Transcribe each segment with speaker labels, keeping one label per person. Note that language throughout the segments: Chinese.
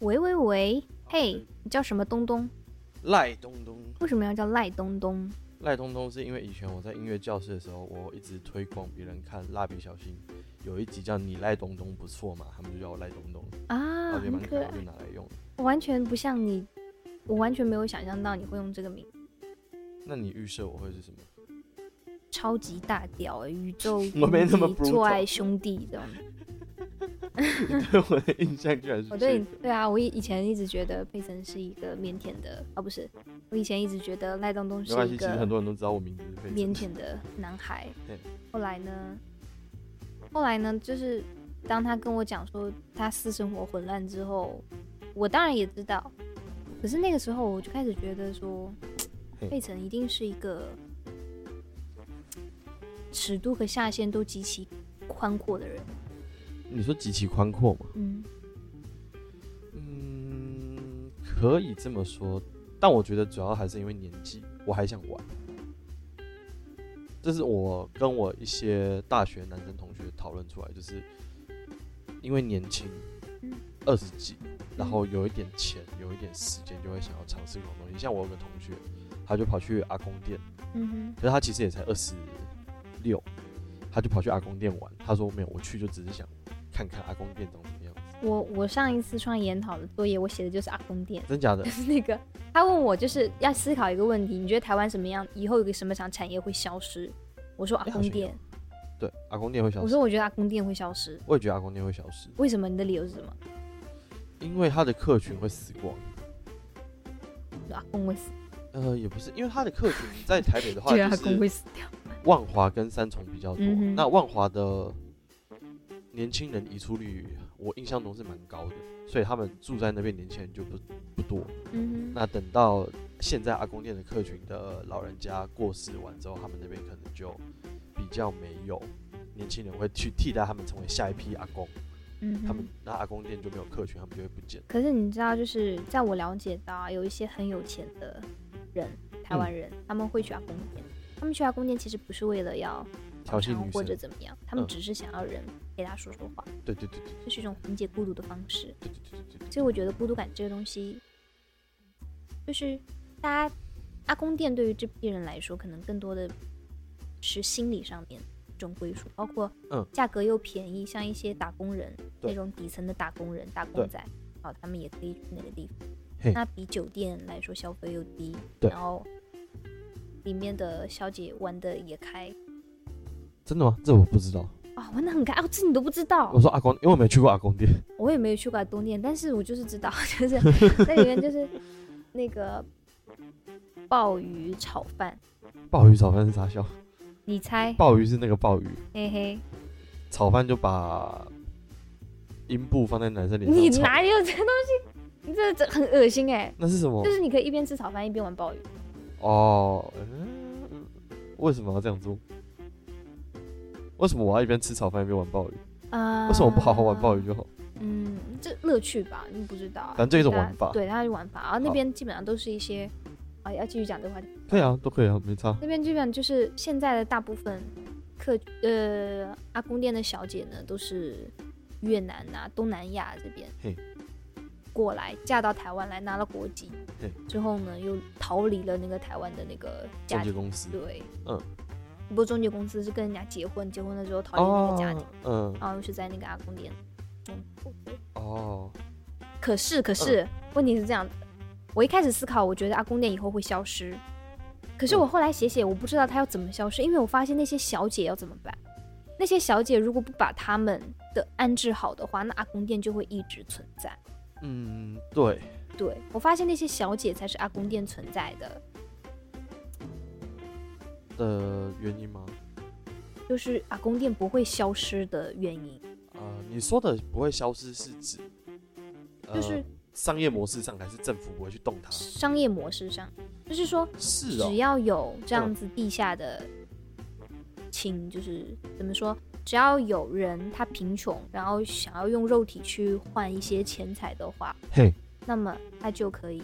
Speaker 1: 喂喂喂，嘿，你叫什么东东？
Speaker 2: 赖东东，
Speaker 1: 为什么要叫赖东东？
Speaker 2: 赖东东是因为以前我在音乐教室的时候，我一直推广别人看《蜡笔小新》，有一集叫“你赖东东不错嘛”，他们就叫我赖东东，
Speaker 1: 啊，
Speaker 2: 我觉
Speaker 1: 很
Speaker 2: 得蛮
Speaker 1: 可
Speaker 2: 可爱，
Speaker 1: 爱
Speaker 2: 就，拿来用。
Speaker 1: 我完全不像你，我完全没有想象到你会用这个名字，
Speaker 2: 那你预设我会是什么？
Speaker 1: 超级大屌、欸，宇宙
Speaker 2: 我没那么
Speaker 1: 无敌
Speaker 2: brutal
Speaker 1: 做爱兄弟 这种。
Speaker 2: 对我的印象居然是
Speaker 1: 我
Speaker 2: 这
Speaker 1: 对
Speaker 2: 个
Speaker 1: 你。对啊，我以以前一直觉得佩森是一个腼腆的，啊不是，我以前一直觉得赖东东
Speaker 2: 没关
Speaker 1: 是
Speaker 2: 系，
Speaker 1: 一
Speaker 2: 其实很
Speaker 1: 个
Speaker 2: 多人都知道我名字是佩
Speaker 1: 腼
Speaker 2: 珍。
Speaker 1: 腆的男孩
Speaker 2: 对。
Speaker 1: 后来呢，后来呢，就是当他跟我讲说他私生活混乱之后，我当然也知道，可是那个时候我就开始觉得说，
Speaker 2: 嘿
Speaker 1: 佩岑一定是一个尺度和下限都极其宽阔的人。
Speaker 2: 你说极其宽阔嘛？
Speaker 1: 嗯，
Speaker 2: 嗯，可以这么说，但我觉得主要还是因为年纪，我还想玩。这是我跟我一些大学男生同学讨论出来，就是因为年轻
Speaker 1: 嗯，
Speaker 2: 二十几，然后有一点钱，有一点时间，就会想要尝试各种东西。像我有个同学，他就跑去阿公店，
Speaker 1: 嗯
Speaker 2: 可是他其实也才二十六，他就跑去阿公店玩。他说没有，我去就只是想看看阿公店长什么样子，
Speaker 1: 哼，我我上一次创研讨的作业，我写的就是阿公店。
Speaker 2: 真假 的
Speaker 1: 就？是那个他问我就是要思考一个问题，你觉得台湾什么样，以后有个什么厂产业会消失？我说阿
Speaker 2: 好像
Speaker 1: 公店，
Speaker 2: 对，阿公店会消
Speaker 1: 我
Speaker 2: 失。
Speaker 1: 说我觉得阿公店会消失，
Speaker 2: 我也觉得阿公店会消失，
Speaker 1: 为什么？你的理由是什么？
Speaker 2: 因为他的客群会死光。
Speaker 1: 我说阿公会死，
Speaker 2: 呃，也不是，因为他的 客群在台北的话，
Speaker 1: 觉得阿
Speaker 2: 就
Speaker 1: 公
Speaker 2: 是
Speaker 1: 会死掉。
Speaker 2: 万华跟三重比较多。
Speaker 1: 嗯哼
Speaker 2: 那万华的年轻人移出率，我印象中是蛮高的，所以他们住在那边年轻人就不不多。
Speaker 1: 嗯哼，
Speaker 2: 那等到现在阿公店的客群的老人家过世完之后，他们那边可能就比较没有年轻人会去替代他们成为下一批阿公，
Speaker 1: 嗯
Speaker 2: 他们
Speaker 1: 哼。
Speaker 2: 那阿公店就没有客群，他们就会不见。
Speaker 1: 可是你知道，就是在我了解到啊，有一些很有钱的人，台
Speaker 2: 嗯
Speaker 1: 湾人，他们会去阿公店。他们去阿公店其实不是为了要
Speaker 2: 调戏
Speaker 1: 嫖娼
Speaker 2: 女
Speaker 1: 或者
Speaker 2: 生，
Speaker 1: 怎么样，他哦们
Speaker 2: 嗯
Speaker 1: 只是想要人陪他说说话，
Speaker 2: 对对对对
Speaker 1: 这是一种缓解孤独的方式。
Speaker 2: 对对对对对
Speaker 1: 所以我觉得孤独感这个东西，就是大家阿公店对于这批人来说，可能更多的是心理上面一种归属，包括
Speaker 2: 嗯
Speaker 1: 价格又便宜，像一些打工人
Speaker 2: 对
Speaker 1: 那种底层的打工人、打工仔，好，他们也可以去那个地
Speaker 2: 嘿
Speaker 1: 方。那比酒店来说消费又低，
Speaker 2: 对
Speaker 1: 然后里面的小姐玩的也开
Speaker 2: 真的吗？这我不知道。
Speaker 1: 啊、玩的很开哦，这你都不知道
Speaker 2: 我。说阿公，因为我没去过阿公店。
Speaker 1: 我也没有去过东店，但是我就是知道， 就是 那里面就是那个鲍鱼炒饭，
Speaker 2: 鲍鱼炒饭是啥笑？
Speaker 1: 你猜？
Speaker 2: 鲍鱼是那个鲍鱼，
Speaker 1: 嘿嘿，
Speaker 2: 炒饭就把阴部放在男生
Speaker 1: 你
Speaker 2: 脸上炒。
Speaker 1: 哪有这东西？你这这很恶心哎、
Speaker 2: 那是什么
Speaker 1: 就？是你可以一边吃炒饭一边玩鲍鱼，
Speaker 2: 哦，嗯，嗯为什么要这样做？为什么我要一边吃炒饭一边玩鲍鱼？
Speaker 1: 啊、
Speaker 2: 为什么不好好玩鲍鱼？就好？
Speaker 1: 嗯，这乐趣吧，你不知道、啊。
Speaker 2: 反正就一种
Speaker 1: 大家
Speaker 2: 玩法
Speaker 1: 对，它是玩法。然后那边基本上都是一些，啊，要继续讲这个话题。
Speaker 2: 可以啊，都可以啊，没差。
Speaker 1: 那边基本上就是现在的大部分客呃阿公店的小姐呢，都是越南啊、东南亚这边
Speaker 2: 嘿
Speaker 1: 过来嫁到台湾来，拿了国籍
Speaker 2: 嘿，
Speaker 1: 之后呢又逃离了那个台湾的那个
Speaker 2: 中
Speaker 1: 家
Speaker 2: 介
Speaker 1: 庭，
Speaker 2: 公司
Speaker 1: 对，
Speaker 2: 嗯，
Speaker 1: 不过中介公司是跟人家结婚，结婚了之后逃离那
Speaker 2: 哦
Speaker 1: 个家庭，，
Speaker 2: 嗯，
Speaker 1: 然后又是在那个阿公店中过活
Speaker 2: 哦，
Speaker 1: 可是，可是、问题是这样的，我一开始思考，我觉得阿公店以后会消失，可是
Speaker 2: 嗯
Speaker 1: 我后来写写，我不知道它要怎么消失，因为我发现那些小姐要怎么办？那些小姐如果不把她们的安置好的话，那阿公店就会一直存在。
Speaker 2: 嗯，对，
Speaker 1: 对我发现那些小姐才是阿公店存在的，
Speaker 2: 的呃原因吗？
Speaker 1: 就是阿公店不会消失的原因，
Speaker 2: 呃，你说的不会消失是指，呃
Speaker 1: 就是
Speaker 2: 商业模式上还是政府不会去动它？
Speaker 1: 商业模式上，就是说
Speaker 2: 是哦
Speaker 1: 嗯只，要有这样
Speaker 2: 嗯
Speaker 1: 子地下的情，就是怎么说，只要有人他贫穷，然后想要用肉体去换一些钱财的话，
Speaker 2: 嘿，
Speaker 1: 那么他就可以，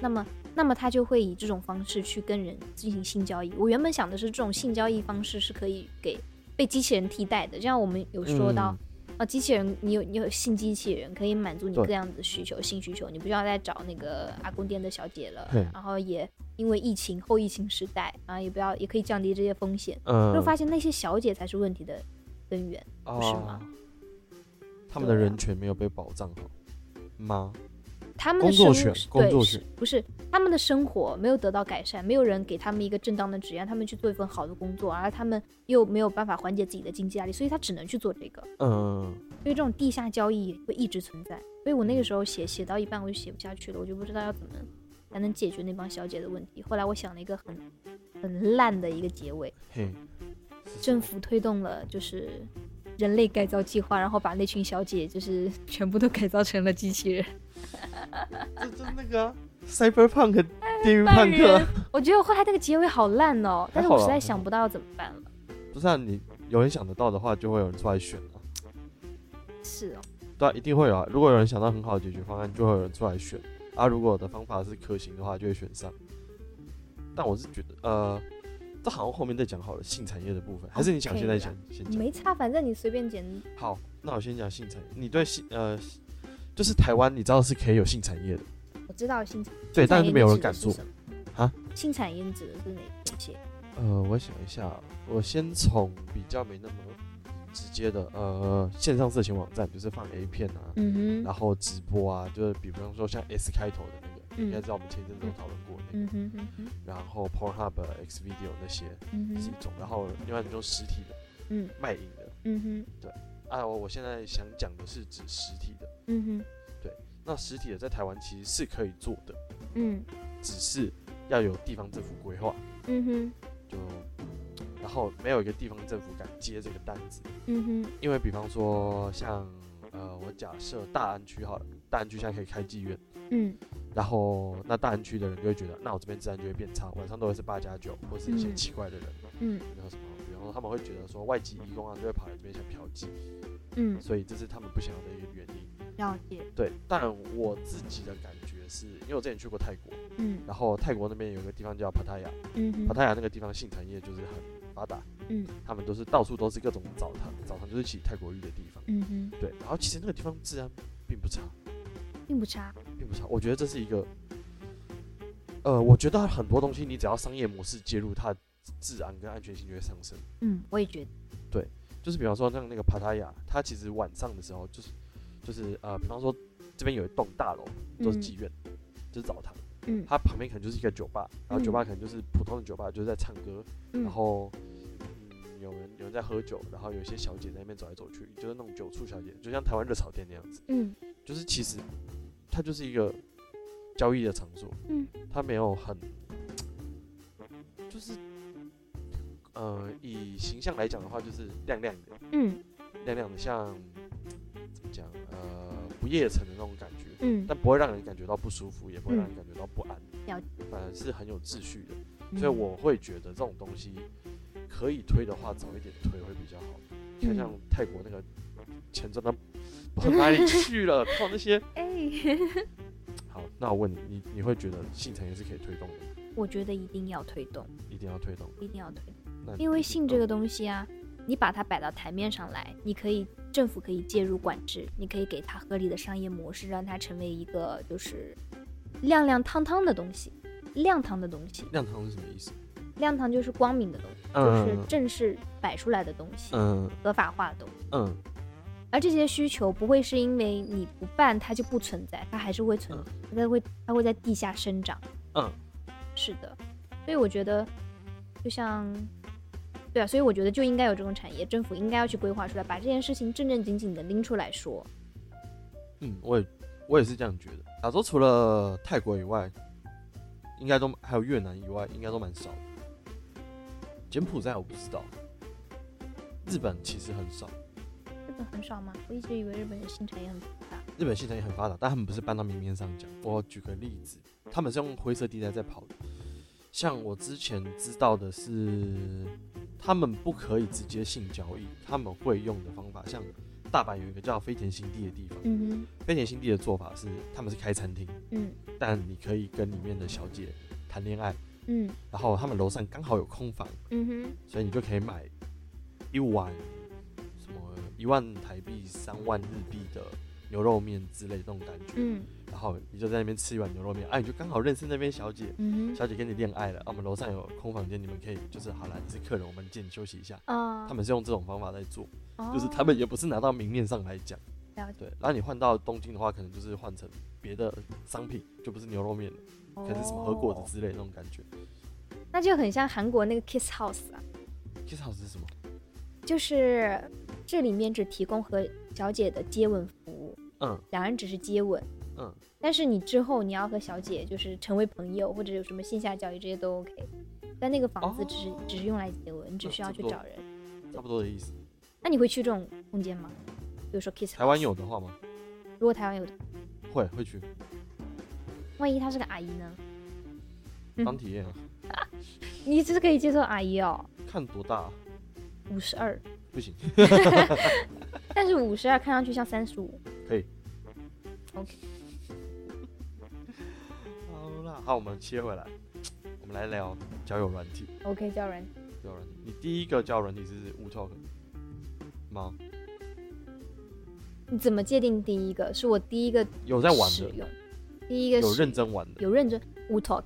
Speaker 1: 那么那么他就会以这种方式去跟人进行性交易。我原本想的是，这种性交易方式是可以给被机器人替代的，就像我们有说到
Speaker 2: 嗯
Speaker 1: 哦，机器人，你有你有性机器人，可以满足你
Speaker 2: 对
Speaker 1: 各样的需求，性需求，你不需要再找那个阿公店的小姐了
Speaker 2: 嘿。
Speaker 1: 然后也因为疫情后疫情时代，然后也不要也可以降低这些风险。
Speaker 2: 嗯，
Speaker 1: 就发现那些小姐才是问题的根源。
Speaker 2: 不
Speaker 1: 是吗
Speaker 2: 哦他们的
Speaker 1: 对啊
Speaker 2: 人权没有被保障好吗？
Speaker 1: 他们的
Speaker 2: 工作
Speaker 1: 生
Speaker 2: 权
Speaker 1: 对
Speaker 2: 工作
Speaker 1: 是
Speaker 2: 权
Speaker 1: 不是他们的生活没有得到改善，没有人给他们一个正当的职业，让他们去做一份好的工作，而他们又没有办法缓解自己的经济压力，所以他只能去做这个。
Speaker 2: 嗯，
Speaker 1: 所以这种地下交易会一直存在。所以我那个时候写写到一半我就写不下去了，我就不知道要怎么才能解决那帮小姐的问题。后来我想了一个很很烂的一个结尾，
Speaker 2: 嘿，
Speaker 1: 政府推动了就是人类改造计划，然后把那群小姐就是 全部都改造成了机器人。
Speaker 2: 这这那个啊 cyberpunk 地狱
Speaker 1: 半
Speaker 2: 叛客
Speaker 1: 人，我觉得我后来那个结尾好烂哦，但是我实在想不到要怎么办了。
Speaker 2: 不是啊，你有人想得到的话，就会有人出来选啊。
Speaker 1: 是哦，
Speaker 2: 对啊，一定会有啊。如果有人想到很好的解决方案，就会有人出来选啊。如果我的方法是可行的话，就会选上。但我是觉得，呃，这好像后面再讲好了，性产业的部分，还是你想
Speaker 1: 可以啊
Speaker 2: 现在
Speaker 1: 啦
Speaker 2: 讲？先讲。
Speaker 1: 没差，反正你随便剪。
Speaker 2: 好，那我先讲性产业。你对性呃，就是台湾，你知道是可以有性产业的，
Speaker 1: 我知道新产
Speaker 2: 对，哎但
Speaker 1: 业
Speaker 2: 是没有人
Speaker 1: 指的
Speaker 2: 敢
Speaker 1: 是
Speaker 2: 做
Speaker 1: 什。么
Speaker 2: 啊？
Speaker 1: 新产业指的是哪哪些？
Speaker 2: 呃，我想一下，我先从比较没那么直接的，呃，线上色情网站，比如说放 A 片啊，
Speaker 1: 嗯
Speaker 2: 然
Speaker 1: 哼，
Speaker 2: 后直播啊，就是比方说像 S 开头的那个，你应该
Speaker 1: 嗯
Speaker 2: 知道我们前一阵子有讨论过那个，
Speaker 1: 嗯哼，嗯哼，
Speaker 2: 然后 Pornhub、Xvideo 那些
Speaker 1: 嗯
Speaker 2: 是一
Speaker 1: 哼，
Speaker 2: 种，然后另外一种就是实体的
Speaker 1: 嗯
Speaker 2: 卖淫的。
Speaker 1: 嗯哼，
Speaker 2: 啊，我我现在想讲的是指实体的，
Speaker 1: 嗯哼，
Speaker 2: 那实体的在台湾其实是可以做的，
Speaker 1: 嗯
Speaker 2: 只是要有地方政府规划，
Speaker 1: 嗯哼，
Speaker 2: 就然后没有一个地方政府敢接这个单子，
Speaker 1: 嗯哼，
Speaker 2: 因为比方说像呃，我假设大安区好了，大安区现在可以开妓院，
Speaker 1: 嗯
Speaker 2: 然后那大安区的人就会觉得，呃那我这边治安就会变嗯差，晚上都会是八加九或是一些
Speaker 1: 嗯
Speaker 2: 奇怪的人，
Speaker 1: 嗯
Speaker 2: 然后什么，然后他们会觉得说外籍移工啊就会跑来这边想嫖妓，
Speaker 1: 嗯，
Speaker 2: 所以这是他们不想要的一个原因。
Speaker 1: 了解，
Speaker 2: 对，当然我自己的感觉是，因为我之前去过泰国，
Speaker 1: 嗯
Speaker 2: 然后泰国那边有个地方叫帕塔亚，
Speaker 1: 嗯哼，
Speaker 2: 帕塔亚那个地方性产业就是很发达，
Speaker 1: 嗯，
Speaker 2: 他们都是到处都是各种澡堂，澡堂就是起泰国浴的地方，
Speaker 1: 嗯哼，
Speaker 2: 对，然后其实那个地方治安并不差，
Speaker 1: 并不差，
Speaker 2: 并不差，我觉得这是一个，呃，我觉得很多东西你只要商业模式介入，它治安跟安全性就会上升，
Speaker 1: 嗯，我也觉得，
Speaker 2: 就是比方说像那个帕塔亚，它其实晚上的时候就是就是呃，比方说这边有一栋大楼都是妓院，就是澡堂，
Speaker 1: 嗯
Speaker 2: 它旁边可能就是一个酒吧，然后酒
Speaker 1: 嗯
Speaker 2: 吧可能就是普通的酒吧，就是在唱歌，
Speaker 1: 嗯
Speaker 2: 然后嗯，有人有人在喝酒，然后有一些小姐在那边走来走去，就是那种酒醋小姐，就像台湾热炒店那样子。
Speaker 1: 嗯
Speaker 2: 就是其实它就是一个交易的场所，
Speaker 1: 嗯，
Speaker 2: 它没有很，就是呃，以形象来讲的话，就是亮亮的，
Speaker 1: 嗯
Speaker 2: 亮亮的像怎么讲呃，不夜城的那种感觉。
Speaker 1: 嗯，
Speaker 2: 但不会让人感觉到不舒服，也不会让
Speaker 1: 嗯
Speaker 2: 人感觉到不安，
Speaker 1: 了解
Speaker 2: 反而是很有秩序的。所以我会觉得这种东西可以推的话，早一点推会比较好。看
Speaker 1: 嗯
Speaker 2: 像泰国那个钱赚到跑哪里去 了，靠那些。
Speaker 1: 哎。
Speaker 2: 好，那我问你，你你会觉得性产业是可以推动的，
Speaker 1: 我觉得一定要推动，
Speaker 2: 一定要推动？
Speaker 1: 一定要推动，
Speaker 2: 那
Speaker 1: 因为性这
Speaker 2: 个，
Speaker 1: 个东西啊，你把它摆到台面上来，你可以政府可以介入管制，你可以给它合理的商业模式，让它成为一个就是亮亮堂堂的东西，亮堂的东西，
Speaker 2: 亮堂是什么意思？
Speaker 1: 亮堂就是光明的东西，就是正式摆出来的东西，
Speaker 2: 嗯
Speaker 1: 合法化的东西。
Speaker 2: 嗯
Speaker 1: 而这些需求不会是因为你不办它就不存在，它还是会存在，它会它会在地下生长。
Speaker 2: 嗯，
Speaker 1: 是的，所以我觉得就像。对啊，所以我觉得就应该有这种产业，政府应该要去规划出来，把这件事情正正经经的拎出来说。
Speaker 2: 嗯，我也我也是这样觉得。亚洲除了泰国以外，应该都还有越南以外，应该都蛮少的。柬埔寨我不知道，日本其实很少。
Speaker 1: 日本很少吗？我一直以为日本的新产业很发达。
Speaker 2: 日本现在也很发达，但他们不是搬到明面上讲。我举个例子，他们是用灰色地带在跑的。像我之前知道的是，他们不可以直接性交易，他们会用的方法，像大阪有一个叫飞田新地的地方，
Speaker 1: 嗯
Speaker 2: 飞田新地的做法是，他们是开餐厅，
Speaker 1: 哼，嗯
Speaker 2: 但你可以跟里面的小姐谈恋爱，
Speaker 1: 嗯
Speaker 2: 然后他们楼上刚好有空房，
Speaker 1: 嗯哼，
Speaker 2: 所以你就可以买一碗什么一一万台币、三万日币的牛肉面之类的那种感觉，
Speaker 1: 嗯
Speaker 2: 然后你就在那边吃一碗牛肉面，哎、啊，你就刚好认识那边小姐，
Speaker 1: 嗯哼
Speaker 2: 小姐跟你恋爱了，啊，我们楼上有空房间，你们可以就是好了，你是客人，我们借你休息一下。
Speaker 1: 啊，
Speaker 2: 他们是用这种方法在做，
Speaker 1: 哦
Speaker 2: 就是他们也不是拿到明面上来讲，
Speaker 1: 了解
Speaker 2: 对。然后你换到东京的话，可能就是换成别的商品，就不是牛肉面了，可能是什么和果
Speaker 1: 哦
Speaker 2: 子之类的那种感觉。
Speaker 1: 那就很像韩国那个 Kiss House 啊，
Speaker 2: Kiss House 是什么？
Speaker 1: 就是这里面只提供和小姐的接吻服务，
Speaker 2: 嗯
Speaker 1: 两人只是接吻，
Speaker 2: 嗯，
Speaker 1: 但是你之后你要和小姐就是成为朋友，或者有什么线下交易这些都 OK。但那个房子只是、只是用来接吻，你只
Speaker 2: 哦嗯
Speaker 1: 需要
Speaker 2: 差
Speaker 1: 去
Speaker 2: 不多
Speaker 1: 找人。
Speaker 2: 差不多的意思。
Speaker 1: 那你会去这种空间吗？比如说 Kiss，
Speaker 2: 台湾有的话吗？
Speaker 1: House，如果台湾有的，
Speaker 2: 会会去
Speaker 1: 万一她是个阿姨呢？
Speaker 2: 当体验啊，
Speaker 1: 你只是可以接受阿姨哦，
Speaker 2: 看多大、啊、
Speaker 1: 五十二，
Speaker 2: 不行，
Speaker 1: 但是五十二看上去像三十五。
Speaker 2: 可以。
Speaker 1: OK。
Speaker 2: 好啦，好，我们切回来，我们来聊交友软体。
Speaker 1: OK，叫人
Speaker 2: 交友软体，你第一个交友软体是 WeTalk 吗？
Speaker 1: 你怎么界定第一个？是我第一个
Speaker 2: 有在玩
Speaker 1: 使
Speaker 2: 的，
Speaker 1: 用，第一个
Speaker 2: 有
Speaker 1: 是
Speaker 2: 认真玩的，
Speaker 1: 有认真无 talk，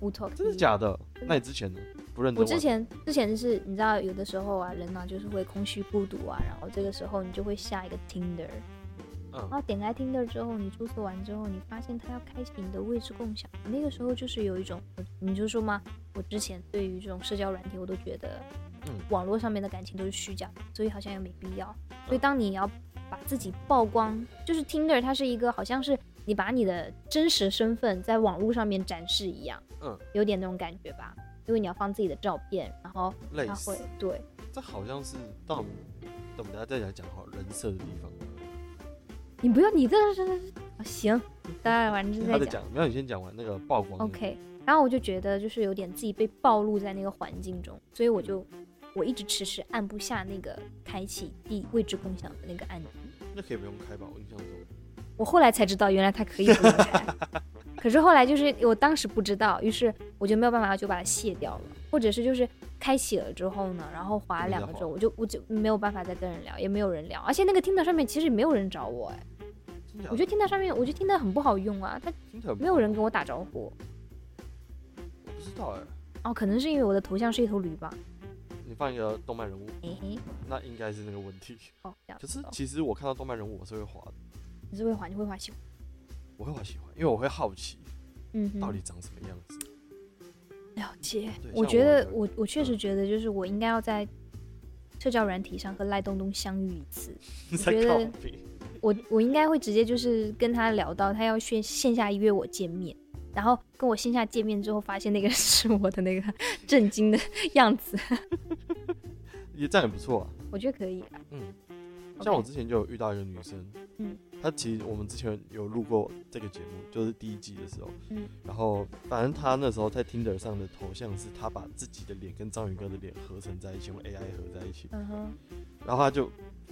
Speaker 1: 无 talk，
Speaker 2: 真的假的？那你之前呢？不认真
Speaker 1: 我
Speaker 2: 玩？
Speaker 1: 之前之前是你知道，有的时候啊，人呢、就是会空虚孤独啊，然后这个时候你就会下一个 Tinder，然
Speaker 2: 嗯，
Speaker 1: 后点开 Tinder 之后，你注册完之后，你发现它要开启你的位置共享，那个时候就是有一种，你就说嘛，我之前对于这种社交软体，我都觉得，
Speaker 2: 嗯
Speaker 1: 网络上面的感情都是虚假，所以好像也没必要。所
Speaker 2: 嗯
Speaker 1: 以当你要把自己曝光，就是 Tinder 它是一个好像是你把你的真实身份在网络上面展示一样，
Speaker 2: 嗯，
Speaker 1: 有点那种感觉吧，因为你要放自己的照片，然后
Speaker 2: 类
Speaker 1: 他会
Speaker 2: 似，
Speaker 1: 对，
Speaker 2: 这好像是到我们，等我们等下再来讲好了人设的地方。
Speaker 1: 你不要你这是啊行，待会完之
Speaker 2: 嗯他
Speaker 1: 后
Speaker 2: 在
Speaker 1: 再讲。
Speaker 2: 讲，没有你先讲完那个曝光的。
Speaker 1: OK，然后我就觉得就是有点自己被暴露在那个环境中，所以我就
Speaker 2: 嗯
Speaker 1: 我一直迟迟按不下那个开启地位置共享的那个按钮。
Speaker 2: 那可以不用开吧？我印象中，
Speaker 1: 我后来才知道，原来它可以不用开。 可是后来就是我当时不知道，于是我就没有办法就把它卸掉了，或者是就是开启了之后呢，然后划
Speaker 2: 没得
Speaker 1: 两个之
Speaker 2: 划
Speaker 1: 后，我就我就没有办法再跟人聊，也没有人聊，而且那个听到上面其实也没有人找我哎，
Speaker 2: 真假的
Speaker 1: 我觉得听到上面，我觉得听到很不好用啊，它
Speaker 2: 听起来不
Speaker 1: 没有人跟我打招呼
Speaker 2: 我不知道哎、
Speaker 1: 哦，可能是因为我的头像是一头驴吧，
Speaker 2: 你放一个动漫人物，
Speaker 1: 诶、嘿
Speaker 2: 那应该是那个问题。
Speaker 1: 哎哦，这样
Speaker 2: 可是
Speaker 1: 哦
Speaker 2: 其实我看到动漫人物，我是会滑的，
Speaker 1: 你是会滑，你会滑喜欢，
Speaker 2: 我会滑喜欢，因为我会好奇
Speaker 1: 嗯哼，
Speaker 2: 到底长什么样子。
Speaker 1: 了解
Speaker 2: 对。
Speaker 1: 我
Speaker 2: 像
Speaker 1: 觉
Speaker 2: 我
Speaker 1: 得
Speaker 2: 有
Speaker 1: 我我确实
Speaker 2: 嗯
Speaker 1: 觉得就是我应该要在社交软体上和赖东东相遇一次，
Speaker 2: 你
Speaker 1: 觉
Speaker 2: 在
Speaker 1: 得
Speaker 2: 靠边，
Speaker 1: 我我应该会直接就是跟他聊到他要线线下约我见面，然后跟我线下见面之后，发现那个 是我的那个 震惊的样子，
Speaker 2: 也这样也不错啊。
Speaker 1: 我觉得可以啊。
Speaker 2: 嗯
Speaker 1: OK，
Speaker 2: 像我之前就有遇到一个女生，
Speaker 1: 嗯
Speaker 2: 她其实我们之前有录过这个节目，就是第一季的时候，
Speaker 1: 嗯
Speaker 2: 然后反正她那时候在 Tinder 上的头像是她把自己的脸跟章鱼哥的脸合成在一起，用 AI 合在一起，
Speaker 1: 嗯哼，
Speaker 2: 然后她就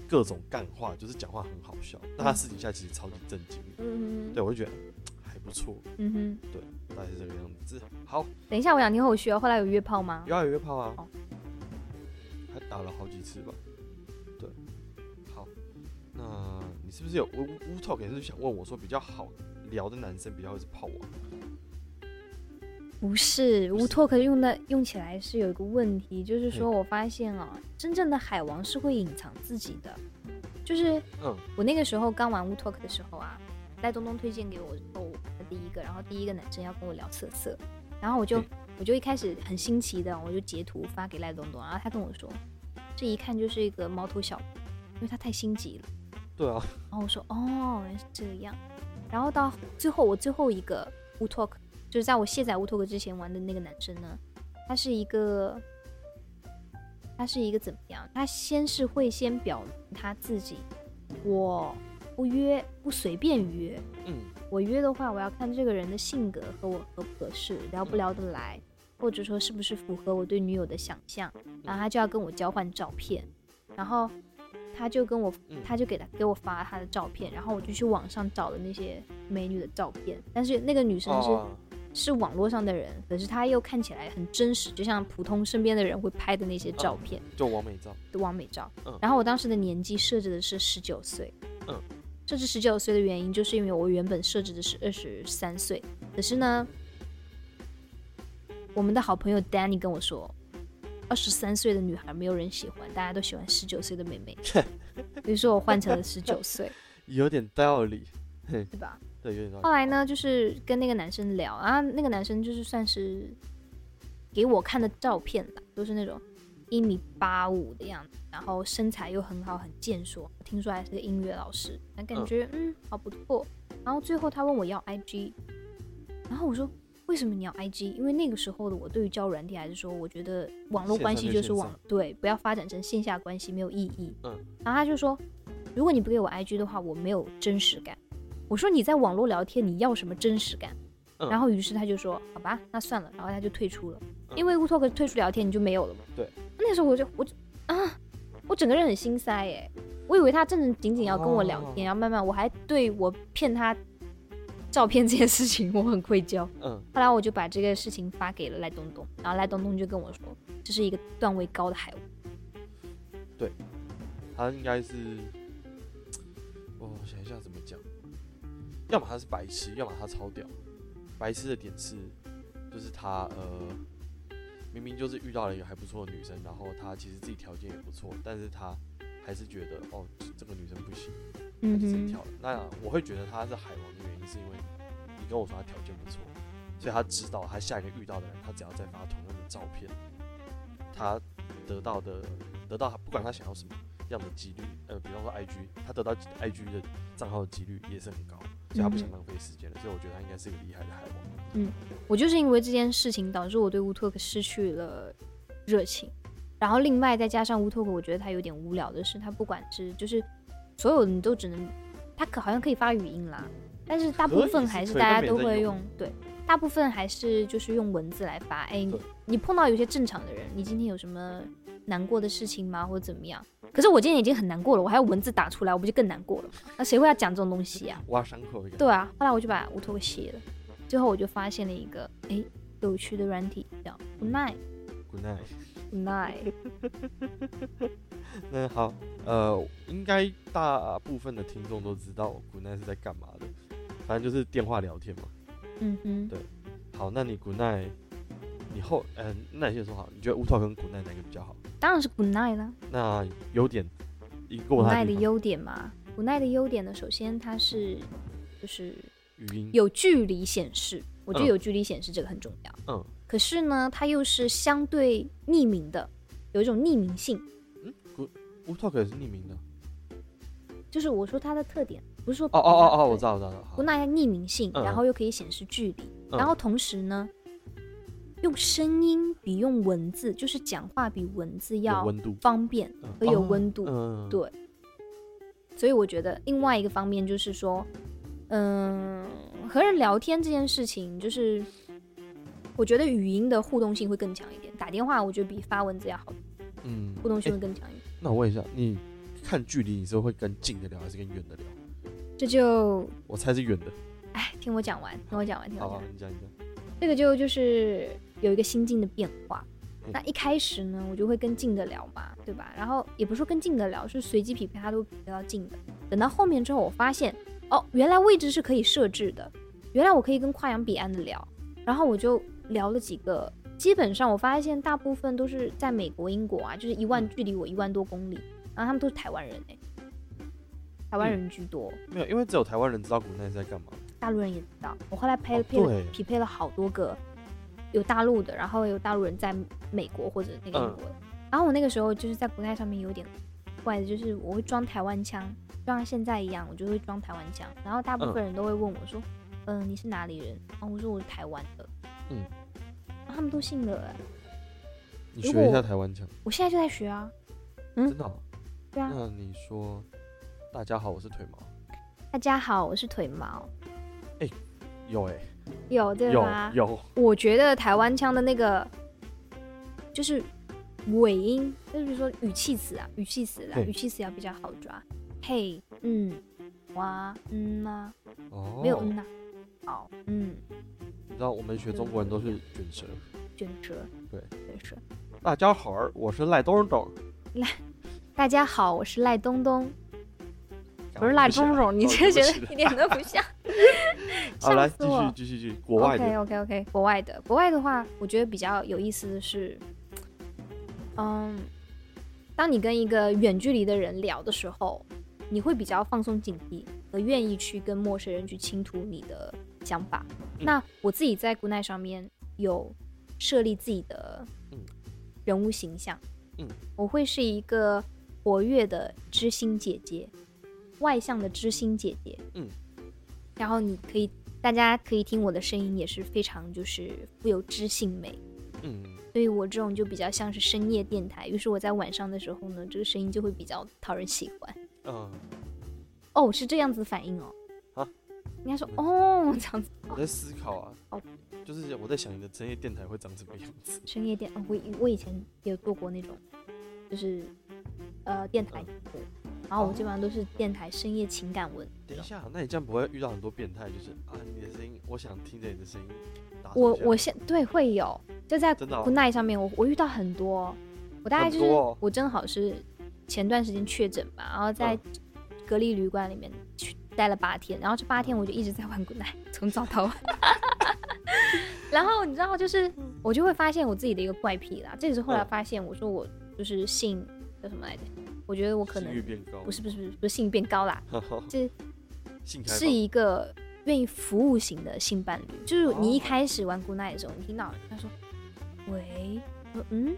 Speaker 2: 各种干话，就是讲话很好笑，但她私底下其实超级震惊，
Speaker 1: 嗯
Speaker 2: 对
Speaker 1: 哼，
Speaker 2: 我就觉得嗯还不错，
Speaker 1: 嗯哼。
Speaker 2: 对，大概是这个样子。好，
Speaker 1: 等一下，我想听后续哦。后来有约炮吗？
Speaker 2: 有啊有约炮啊
Speaker 1: 哦，
Speaker 2: 还打了好几次吧。对，好，那你是不是有乌乌透？也是想问我说比较好聊的男生比较会是炮王？
Speaker 1: 不是，
Speaker 2: 不是
Speaker 1: 乌托克用的用起来是有一个问题，就是说
Speaker 2: 嗯
Speaker 1: 我发现啊、真正的海王是会隐藏自己的，就是
Speaker 2: 嗯
Speaker 1: 我那个时候刚玩乌托克的时候啊，赖东东推荐给我之后，我玩的第一个，然后第一个男生要跟我聊色色，然后我就、
Speaker 2: 嗯
Speaker 1: 我就一开始很新奇的，我就截图发给赖东东，然后他跟我说，这一看就是一个毛头小，因为他太心急了。
Speaker 2: 对啊，
Speaker 1: 然后我说哦，原来是这样。然后到最后我最后一个 w Talk，就是在我卸载 w Talk 之前玩的那个男生呢，他是一个，他是一个怎么样？他先是会先表明他自己，我不约，不随便约。
Speaker 2: 嗯，
Speaker 1: 我约的话，我要看这个人的性格和我合不合适，聊
Speaker 2: 嗯
Speaker 1: 不聊得来，或者说是不是符合我对女友的想象，
Speaker 2: 嗯
Speaker 1: 然后他就要跟我交换照片，然后他就跟我
Speaker 2: 嗯，
Speaker 1: 他就给他给我发他的照片，然后我就去网上找了那些美女的照片，但是那个女生是
Speaker 2: 哦
Speaker 1: 是网络上的人，可是他又看起来很真实，就像普通身边的人会拍的那些照片
Speaker 2: 就完美照，
Speaker 1: 的完美照
Speaker 2: 嗯。
Speaker 1: 然后我当时的年纪设置的是十九岁，
Speaker 2: 嗯，
Speaker 1: 设置十九岁的原因就是因为我原本设置的是二十三岁，可是呢，我们的好朋友 Danny 跟我说。二十三岁的女孩没有人喜欢，大家都喜欢十九岁的妹 妹。于是我换成了十九岁，
Speaker 2: 有点道理，
Speaker 1: 对吧？
Speaker 2: 对，有点道理。
Speaker 1: 后来呢，就是跟那个男生聊啊，那个男生就是算是给我看的照片吧，都是那种一米八五的样子，然后身材又很好，很健硕，听说还是个音乐老师，但感觉嗯好不错。然后最后他问我要 IG，然后我说为什么你要 IG？因为那个时候的我对于交友软体还是说，我觉得网络
Speaker 2: 线
Speaker 1: 关
Speaker 2: 上
Speaker 1: 系
Speaker 2: 对
Speaker 1: 就是
Speaker 2: 线
Speaker 1: 网
Speaker 2: 上
Speaker 1: 对，不要发展成线下关系没有意义。
Speaker 2: 嗯，
Speaker 1: 然后他就说，如果你不给我 IG 的话，我没有真实感。我说你在网络聊天，你要什么真实感？
Speaker 2: 嗯
Speaker 1: 然后于是他就说好吧，那算了，然后他就退出了，
Speaker 2: 嗯
Speaker 1: 因为 WeTalk 退出聊天你就没有了嘛。
Speaker 2: 对，
Speaker 1: 那时候我就我就啊，我整个人很心塞耶，我以为他正正经经要跟我聊
Speaker 2: 哦
Speaker 1: 天，然后慢慢我还对我骗他照片这件事情我很愧疚。
Speaker 2: 嗯，
Speaker 1: 后来我就把这个事情发给了赖东东，然后赖东东就跟我说这是一个段位高的海王，
Speaker 2: 他应该是，我想一下怎么讲，要么他是白痴，要么他超屌。白痴的点是，就是他呃，明明就是遇到了一个还不错的女生，然后他其实自己条件也不错，但是他还是觉得哦，这个女生不行，他
Speaker 1: 嗯
Speaker 2: 就自己
Speaker 1: 哼
Speaker 2: 跳，了。那我会觉得他是海王的原因，是因为你跟我说他条件不错，所以他知道他下一个遇到的人，他只要再发同样的照片，他得到的得到他不管他想要什么样的几率，呃，比方说 IG，他得到 IG 的账号的几率也是很高，所以他不想
Speaker 1: 嗯
Speaker 2: 浪费时间了。所以我觉得他应该是一个厉害的海王。
Speaker 1: 我就是因为这件事情导致我对乌托克失去了热情，然后另外再加上乌托克，我觉得他有点无聊的是，他不管是就是所有你都只能，他可好像可以发语音啦，但是大部分还是
Speaker 2: 可以
Speaker 1: 大
Speaker 2: 但
Speaker 1: 家
Speaker 2: 没
Speaker 1: 都
Speaker 2: 人
Speaker 1: 会
Speaker 2: 用
Speaker 1: 用对，大部分还是就是用文字来发。哎
Speaker 2: 对，
Speaker 1: 你碰到有些正常的人，你今天有什么难过的事情吗，或者怎么样？可是我今天已经很难过了，我还要文字打出来，我不就更难过了吗？那谁会要讲这种东西啊呀、
Speaker 2: 挖伤口一个，
Speaker 1: 对啊，后来我就把乌托克卸了，最后我就发现了一个哎有趣的软体，叫 Good Night
Speaker 2: Good night。
Speaker 1: Good Night。
Speaker 2: 那好，呃，应该大部分的听众都知道 Good night 是在干嘛的，反正就是电话聊天嘛。
Speaker 1: 嗯哼
Speaker 2: 对，好，那你古奈，你后嗯、那你先说好，你觉得乌托跟古奈哪个比较好？
Speaker 1: 当然是 Good Night 啦。
Speaker 2: 那优点赢过
Speaker 1: Good
Speaker 2: 他
Speaker 1: Night 的
Speaker 2: 地方
Speaker 1: 优点嘛，Good Night 的优点呢，首先它是就是
Speaker 2: 语音
Speaker 1: 有距离显示，我觉得
Speaker 2: 嗯
Speaker 1: 有距离显示这个很重要。
Speaker 2: 嗯，
Speaker 1: 可是呢，它又是相对匿名的，有一种匿名性。
Speaker 2: 嗯乌托克也是匿名的。
Speaker 1: 就是我说它的特点，不是说
Speaker 2: 哦哦哦哦，我
Speaker 1: 对
Speaker 2: 知道我知道我知道。好
Speaker 1: 不那匿名性，
Speaker 2: 嗯
Speaker 1: 然后又可以显示距离，
Speaker 2: 嗯
Speaker 1: 然后同时呢，用声音比用文字，就是讲话比文字
Speaker 2: 有
Speaker 1: 要
Speaker 2: 温度，
Speaker 1: 方便
Speaker 2: 嗯
Speaker 1: 和有
Speaker 2: 哦
Speaker 1: 温度。
Speaker 2: 嗯，
Speaker 1: 对所以我觉得另外一个方面就是说，嗯，和人聊天这件事情，就是我觉得语音的互动性会更强一点，打电话我觉得比发文字要好，
Speaker 2: 嗯，
Speaker 1: 互动性
Speaker 2: 诶
Speaker 1: 会更强一点。
Speaker 2: 那我问一下，你看距离你是会跟近的聊还是跟远的聊？
Speaker 1: 这就，
Speaker 2: 我猜是远的。
Speaker 1: 哎，听我讲完，听我讲完，听我
Speaker 2: 好
Speaker 1: 讲完
Speaker 2: 啊，。你讲你讲。
Speaker 1: 这个就就是有一个心境的变化
Speaker 2: 嗯。
Speaker 1: 那一开始呢，我就会跟近的聊嘛，对吧？然后也不是说跟近的聊，是随机匹配，它都比较近的。等到后面之后，我发现哦，原来位置是可以设置的，原来我可以跟跨洋彼岸的聊。然后我就聊了几个，基本上我发现大部分都是在美国、英国啊，就是一万
Speaker 2: 嗯
Speaker 1: 距离我一万多公里，然后他们都是台湾人哎、台湾
Speaker 2: 嗯
Speaker 1: 人居多，
Speaker 2: 没有，因为只有台湾人知道古奈是在干嘛。
Speaker 1: 大陆人也知道。我后来配了
Speaker 2: 哦
Speaker 1: 配了、
Speaker 2: 对
Speaker 1: 匹配了好多个，有大陆的，然后有大陆人在美国或者那个英
Speaker 2: 嗯
Speaker 1: 国的。然后我那个时候就是在国内上面有点怪的，就是我会装台湾腔，就像现在一样，我就会装台湾腔。然后大部分人都会问我说：“嗯、你是哪里人？”然后我说我是台湾的。
Speaker 2: 嗯
Speaker 1: 啊，他们都信了、欸。
Speaker 2: 你
Speaker 1: 如
Speaker 2: 学一
Speaker 1: 果
Speaker 2: 下台湾腔，
Speaker 1: 我现在就在学啊，嗯
Speaker 2: 真的哦。
Speaker 1: 对啊。
Speaker 2: 那你说，大家好，我是腿毛。
Speaker 1: 大家好，我是腿毛，
Speaker 2: 有哎，
Speaker 1: 有对啊
Speaker 2: 有
Speaker 1: 吧？
Speaker 2: 有，
Speaker 1: 我觉得台湾腔的那个就是尾音，就是比如说语气词啊，语气词啦，
Speaker 2: 对
Speaker 1: 语气词要比较好抓。嘿，嗯，哇，嗯呐、
Speaker 2: 哦，
Speaker 1: 没有嗯呐、好，嗯，
Speaker 2: 你知道我们学中国人都是卷舌，
Speaker 1: 卷舌，
Speaker 2: 对，
Speaker 1: 卷舌。
Speaker 2: 大家好儿，我是赖东东，
Speaker 1: 大家好，我是赖东东，
Speaker 2: 哦
Speaker 1: 不是赖东东，你这
Speaker 2: 这
Speaker 1: 觉 得一点都不像。
Speaker 2: 好，啊来
Speaker 1: 笑死
Speaker 2: 继
Speaker 1: 我
Speaker 2: 续继续继续，国外
Speaker 1: OK
Speaker 2: 的
Speaker 1: OK OK，国外的，国外的话，我觉得比较有意思的是，嗯，当你跟一个远距离的人聊的时候，你会比较放松警惕和愿意去跟陌生人去倾吐你的想法。
Speaker 2: 嗯
Speaker 1: 那我自己在 Good Night 上面有设立自己的
Speaker 2: 嗯
Speaker 1: 人物形象，
Speaker 2: 嗯，
Speaker 1: 我会是一个活跃的知心姐姐，外向的知心姐姐，
Speaker 2: 嗯，
Speaker 1: 然后你可以大家可以听我的声音也是非常就是富有知性美，
Speaker 2: 嗯，
Speaker 1: 所以我这种就比较像是深夜电台。于是我在晚上的时候呢，这个声音就会比较讨人喜欢。
Speaker 2: 嗯，
Speaker 1: 哦，是这样子反应哦。
Speaker 2: 啊，
Speaker 1: 应该说哦，这样子。
Speaker 2: 我在思考啊
Speaker 1: 好，
Speaker 2: 就是我在想你的深夜电台会长什么样子，
Speaker 1: 深夜电，哦我我以前也做过那种，就是呃电台
Speaker 2: 嗯
Speaker 1: 对，然后我基本上都是电台深夜情感文。
Speaker 2: 等一下，那你这样不会遇到很多变态？就是啊，你的声音，我想听着你的声音打手枪。
Speaker 1: 我我现对会有，就在
Speaker 2: 真的哦
Speaker 1: Good Night 上面，我我遇到很多，哦我大概就是、
Speaker 2: 很多哦
Speaker 1: 我正好是前段时间确诊吧，然后在
Speaker 2: 嗯
Speaker 1: 隔离旅馆里面去待了八天，然后这八天我就一直在玩 Good Night，从 早到晚。然后你知道，就是我就会发现我自己的一个怪癖啦，这也是后来
Speaker 2: 嗯
Speaker 1: 发现，我说我就是性叫什么来着？我觉得我可
Speaker 2: 性欲
Speaker 1: 能
Speaker 2: 变高，
Speaker 1: 不是不是不是不是性变高啦，这
Speaker 2: 性开
Speaker 1: 是
Speaker 2: 放
Speaker 1: 一个愿意服务型的性伴侣，就是你一
Speaker 2: 哦
Speaker 1: 开始玩 Good Night 的时候，你听到他说：“喂，我说嗯，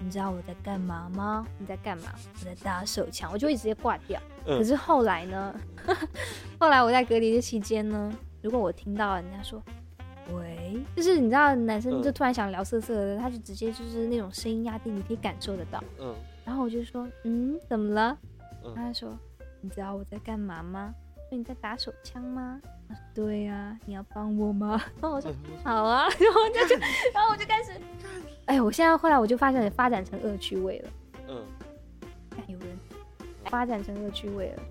Speaker 1: 你知道我在干嘛吗？你在干嘛？我在打手枪。”我就会直接挂掉。
Speaker 2: 嗯
Speaker 1: 可是后来呢？ 后来我在隔离的期间呢，如果我听到人家说。喂，就是你知道，男生就
Speaker 2: 嗯
Speaker 1: 突然想聊色色的，他就直接就是那种声音压低，你可以感受得到。
Speaker 2: 嗯
Speaker 1: 然后我就说，嗯，怎么了？
Speaker 2: 嗯
Speaker 1: 他就说，你知道我在干嘛吗？说你在打手枪吗？他说对呀、你要帮我吗？然后我说
Speaker 2: 嗯
Speaker 1: 好啊， 然后我就就，然后我就开始，哎，我现在后来我就发现发展成恶趣味了，
Speaker 2: 嗯，
Speaker 1: 看有人发展成恶趣味了。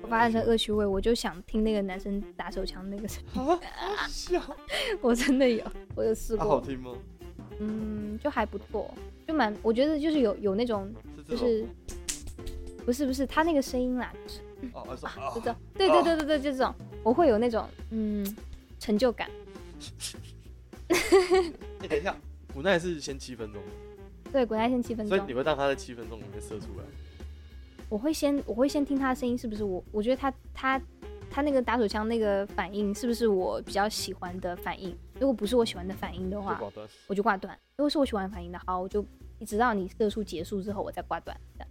Speaker 1: 我发展成恶趣味，我就想听那个男生打手枪那个 声音，
Speaker 2: 啊，好 笑，
Speaker 1: 我真的有，我有试
Speaker 2: 啊好
Speaker 1: 过，
Speaker 2: 听吗？
Speaker 1: 嗯，就还不错，就蛮，我觉得就是有有那种就
Speaker 2: 是这种
Speaker 1: 是不是不是他那个声音啦，就是
Speaker 2: 哦，我说啊
Speaker 1: 就这种，对对对对对，就这种，我会有那种嗯成就感。
Speaker 2: 哎，等一下，古奈是先七分钟，
Speaker 1: 对，滚蛋先七分
Speaker 2: 所以你
Speaker 1: 钟，
Speaker 2: 会让他在七分钟里面射出来。
Speaker 1: 我会先我会先听他的声音是不是我，我觉得他他他那个打手枪那个反应是不是我比较喜欢的反应？如果不是我喜欢的反应的
Speaker 2: 就
Speaker 1: 话，
Speaker 2: 保单，
Speaker 1: 我就挂断；如果是我喜欢的反应的话，我就直到你射出结束之后我再挂断。这样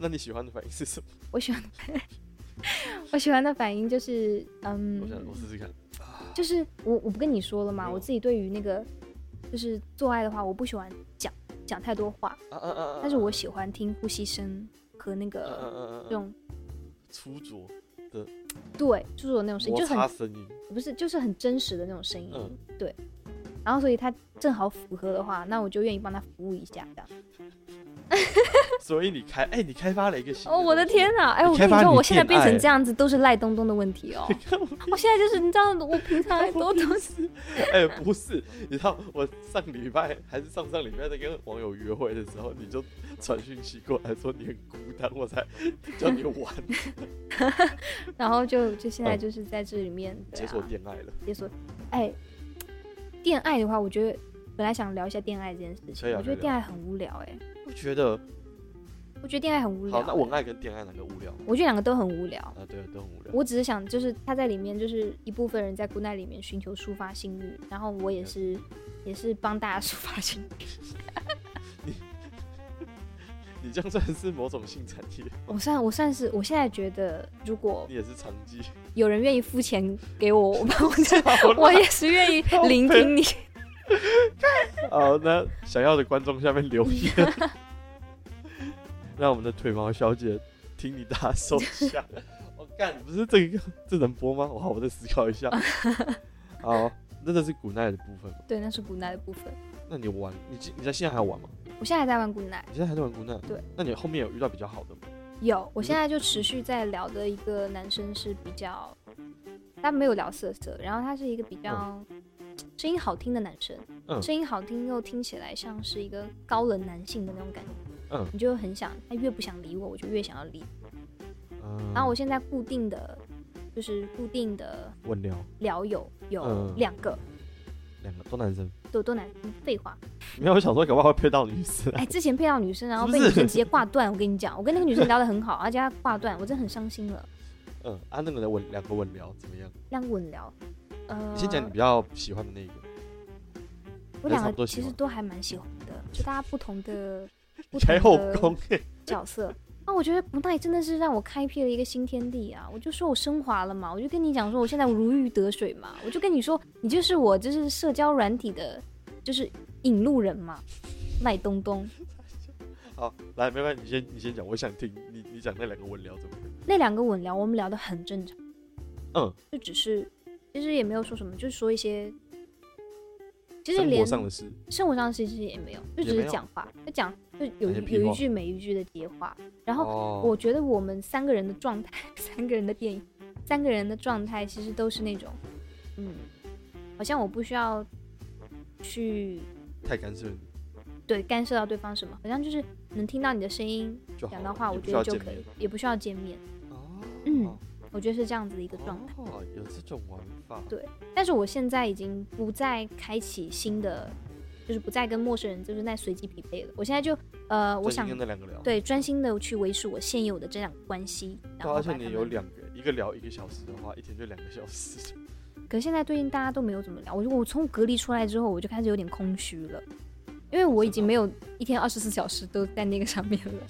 Speaker 2: 那你喜欢的反应是什么？
Speaker 1: 我喜欢的 我喜欢的反应就是嗯
Speaker 2: 我，想我试试看。
Speaker 1: 就是我我不跟你说了吗？
Speaker 2: 嗯
Speaker 1: 我自己对于那个就是做爱的话，我不喜欢讲讲太多话，
Speaker 2: 啊啊啊啊！
Speaker 1: 但是我喜欢听呼吸声和那
Speaker 2: 嗯嗯
Speaker 1: 个
Speaker 2: 嗯
Speaker 1: 这
Speaker 2: 嗯嗯，
Speaker 1: 种
Speaker 2: 粗拙
Speaker 1: 对，就是有那种声音，
Speaker 2: 摩
Speaker 1: 就
Speaker 2: 擦
Speaker 1: 很
Speaker 2: 声音，
Speaker 1: 不是就是很真实的那种声音，
Speaker 2: 嗯
Speaker 1: 对。然后所以他正好符合的话，那我就愿意帮他服务一下这样。
Speaker 2: 所以你开，哎，你开发了一个新。
Speaker 1: 哦，我的天！哪！哎，
Speaker 2: 你
Speaker 1: 我跟
Speaker 2: 开
Speaker 1: 你
Speaker 2: 发
Speaker 1: 说，
Speaker 2: 你
Speaker 1: 我现在
Speaker 2: 恋
Speaker 1: 变
Speaker 2: 爱欸
Speaker 1: 成这样子都是赖东东的问题哦。我现在就是你知道，我平 常都都是
Speaker 2: 哎、不是，你知道我上礼拜还是上上礼拜在跟网友约会的时候，你就传讯息过来说你很孤单，我才叫你玩
Speaker 1: 然后就就现在
Speaker 2: 嗯
Speaker 1: 就是在这里面、对
Speaker 2: 解
Speaker 1: 啊
Speaker 2: 锁恋爱了。
Speaker 1: 解锁。哎，恋爱的话，我觉得本来想聊一下恋爱这件事
Speaker 2: 可以
Speaker 1: 情，
Speaker 2: 啊
Speaker 1: 我觉得
Speaker 2: 可以
Speaker 1: 恋
Speaker 2: 聊
Speaker 1: 爱很无聊哎、
Speaker 2: 我觉得
Speaker 1: 我觉得恋爱很无聊、
Speaker 2: 好，那文爱跟恋爱哪个无聊？
Speaker 1: 我觉得两个都很无聊。
Speaker 2: 啊，对，都很无聊。
Speaker 1: 我只是想，就是他在里面，就是一部分人在 Good Night 里面寻求抒发性欲，然后我也是，也是帮大家 抒发性欲。
Speaker 2: 你这样算是某种性产业，
Speaker 1: 我算我算是，我现在觉得，如果
Speaker 2: 你也是长 期。
Speaker 1: 有人愿意付钱给我，我帮我就
Speaker 2: 好
Speaker 1: 我
Speaker 2: 啦
Speaker 1: 也是愿意
Speaker 2: 靠
Speaker 1: 聆
Speaker 2: 背
Speaker 1: 听你。
Speaker 2: 好，那想要的观众下面留 言，让我们的腿毛小姐听你打手 枪。我哦干、不是这个这能播吗？我好，我再思考一 下。好，那这是古奈的部分嘛？
Speaker 1: 对，那是 Good Night 的部分。
Speaker 2: 那你玩，你今你在现在还玩吗？
Speaker 1: 我现在还在玩 Good Night，
Speaker 2: 你现在还在玩古奈？
Speaker 1: 对。
Speaker 2: 那你后面有遇到比较好的吗？
Speaker 1: 有，我
Speaker 2: 你
Speaker 1: 现
Speaker 2: 是
Speaker 1: 在就持续在聊的一个男生是比较，他没有聊色色，然后他是一个比较声音好听的男生，
Speaker 2: 嗯
Speaker 1: 声音好听又听起来像是一个高冷男性的那种感觉，
Speaker 2: 嗯
Speaker 1: 你就很想，他越不想理我，我就越想要理。
Speaker 2: 嗯，
Speaker 1: 啊然后我现在固定的，就是固定的
Speaker 2: 问聊
Speaker 1: 聊友有
Speaker 2: 嗯
Speaker 1: 两个，
Speaker 2: 两个都男生，
Speaker 1: 都多难听，废 话。
Speaker 2: 没有我想说搞不好会配到女生啊、
Speaker 1: 哎，之前配到女生，然后
Speaker 2: 是
Speaker 1: 被
Speaker 2: 不
Speaker 1: 女生
Speaker 2: 是
Speaker 1: 直接挂断。我跟你讲，我跟那个女生聊得很好，而且她挂断，我真的很伤心了。
Speaker 2: 嗯，啊，那个人问两个问聊怎么样？
Speaker 1: 两个稳聊，呃，
Speaker 2: 你先讲你比较喜欢的那一个，
Speaker 1: 我
Speaker 2: 还是
Speaker 1: 两
Speaker 2: 差不
Speaker 1: 个
Speaker 2: 多
Speaker 1: 其
Speaker 2: 喜
Speaker 1: 实
Speaker 2: 欢
Speaker 1: 都还蛮喜欢的，就大家不同 的不
Speaker 2: 开
Speaker 1: 同
Speaker 2: 后
Speaker 1: 的
Speaker 2: 宫
Speaker 1: 角色。那我觉得不奈真的是让我开辟了一个新天地啊！我就说我升华了嘛，我就跟你讲说我现在如鱼得水嘛，我就跟你说你就是我就是社交软体的，就是引路人嘛，麦东东。
Speaker 2: 好，来，没关系，你先你先讲，我想听你你讲那两个问聊怎么样？
Speaker 1: 那两个稳聊，我们聊得很正常。
Speaker 2: 嗯，
Speaker 1: 就只是其实也没有说什么，就是说一些，其实
Speaker 2: 生
Speaker 1: 连
Speaker 2: 活上的事，
Speaker 1: 生活上的事其实也没有，就只
Speaker 2: 也没
Speaker 1: 是
Speaker 2: 有
Speaker 1: 讲话，就讲就有
Speaker 2: 那些
Speaker 1: 一
Speaker 2: 屁
Speaker 1: 有一
Speaker 2: 话
Speaker 1: 句没一句的接话。然后
Speaker 2: 后
Speaker 1: 我觉得我们三个人的状态， 三个人的电影，三个人的状态其实都是那种，嗯，好像我不需要去
Speaker 2: 太干涉你
Speaker 1: 对干涉到对方什么，好像就是能听到你的声音，
Speaker 2: 就好了，
Speaker 1: 讲到话，
Speaker 2: 也
Speaker 1: 我觉
Speaker 2: 不需要
Speaker 1: 得就
Speaker 2: 见
Speaker 1: 可以
Speaker 2: 面，
Speaker 1: 也不需要见面。
Speaker 2: 哦，
Speaker 1: 嗯
Speaker 2: 哦
Speaker 1: 我觉得是这样子的一个状态。
Speaker 2: 哦，有这种玩法，
Speaker 1: 对但是我现在已经不再开启新的，就是不再跟陌生人就是在随机匹配了。我现在就呃，我
Speaker 2: 专心
Speaker 1: 想
Speaker 2: 跟那两个聊，啊
Speaker 1: 对专心的去维持我现有的这两个关系。然
Speaker 2: 对
Speaker 1: 后
Speaker 2: 啊，而且
Speaker 1: 把他
Speaker 2: 你有
Speaker 1: 们，
Speaker 2: 两个，一个聊一个小时的话，一天就两个小 时，
Speaker 1: 可是现在最近大家都没有怎么聊。我就我从隔离出来之后，我就开始有点空虚了。因为我已经没有一天二十四小时都在那个上面 了，